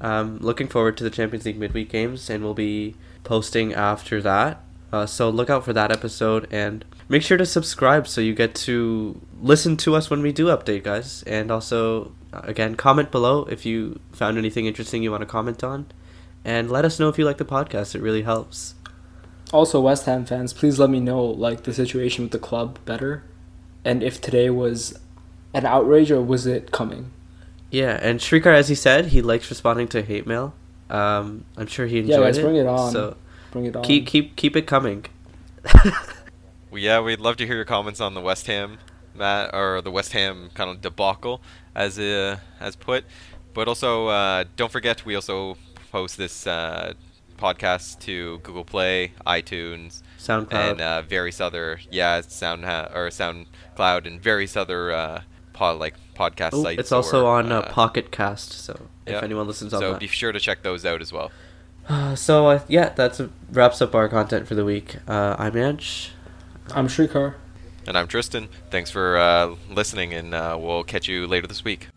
Speaker 1: Um, looking forward to the Champions League midweek games, and we'll be posting after that. Uh, so look out for that episode, and make sure to subscribe so you get to listen to us when we do update, guys. And also, uh, again, comment below if you found anything interesting you want to comment on, and let us know if you like the podcast. It really helps.
Speaker 2: Also, West Ham fans, please let me know like the situation with the club better, and if today was an outrage or was it coming?
Speaker 1: Yeah, and Shrikar, as he said, he likes responding to hate mail. Um, I'm sure he enjoyed
Speaker 2: Yeah, guys,
Speaker 1: it.
Speaker 2: bring it on.
Speaker 1: So
Speaker 2: Bring it on.
Speaker 1: keep keep keep it coming.
Speaker 4: Well, yeah, we'd love to hear your comments on the West Ham, Matt, or the West Ham kind of debacle, as uh, as put. But also, uh, don't forget we also post this uh, podcast to Google Play, iTunes,
Speaker 1: SoundCloud.
Speaker 4: and uh, various other yeah, Sound uh, or SoundCloud and various other uh, pod like podcast
Speaker 1: Oh,
Speaker 4: sites.
Speaker 1: it's also
Speaker 4: or,
Speaker 1: on uh, Pocket Cast, so
Speaker 4: yeah.
Speaker 1: if anyone listens on
Speaker 4: So
Speaker 1: that.
Speaker 4: be sure to check those out as well.
Speaker 1: Uh, so uh, yeah, that's wraps up our content for the week. Uh, I'm Anch.
Speaker 2: I'm Shrikar.
Speaker 4: And I'm Tristan. Thanks for uh, listening, and uh, we'll catch you later this week.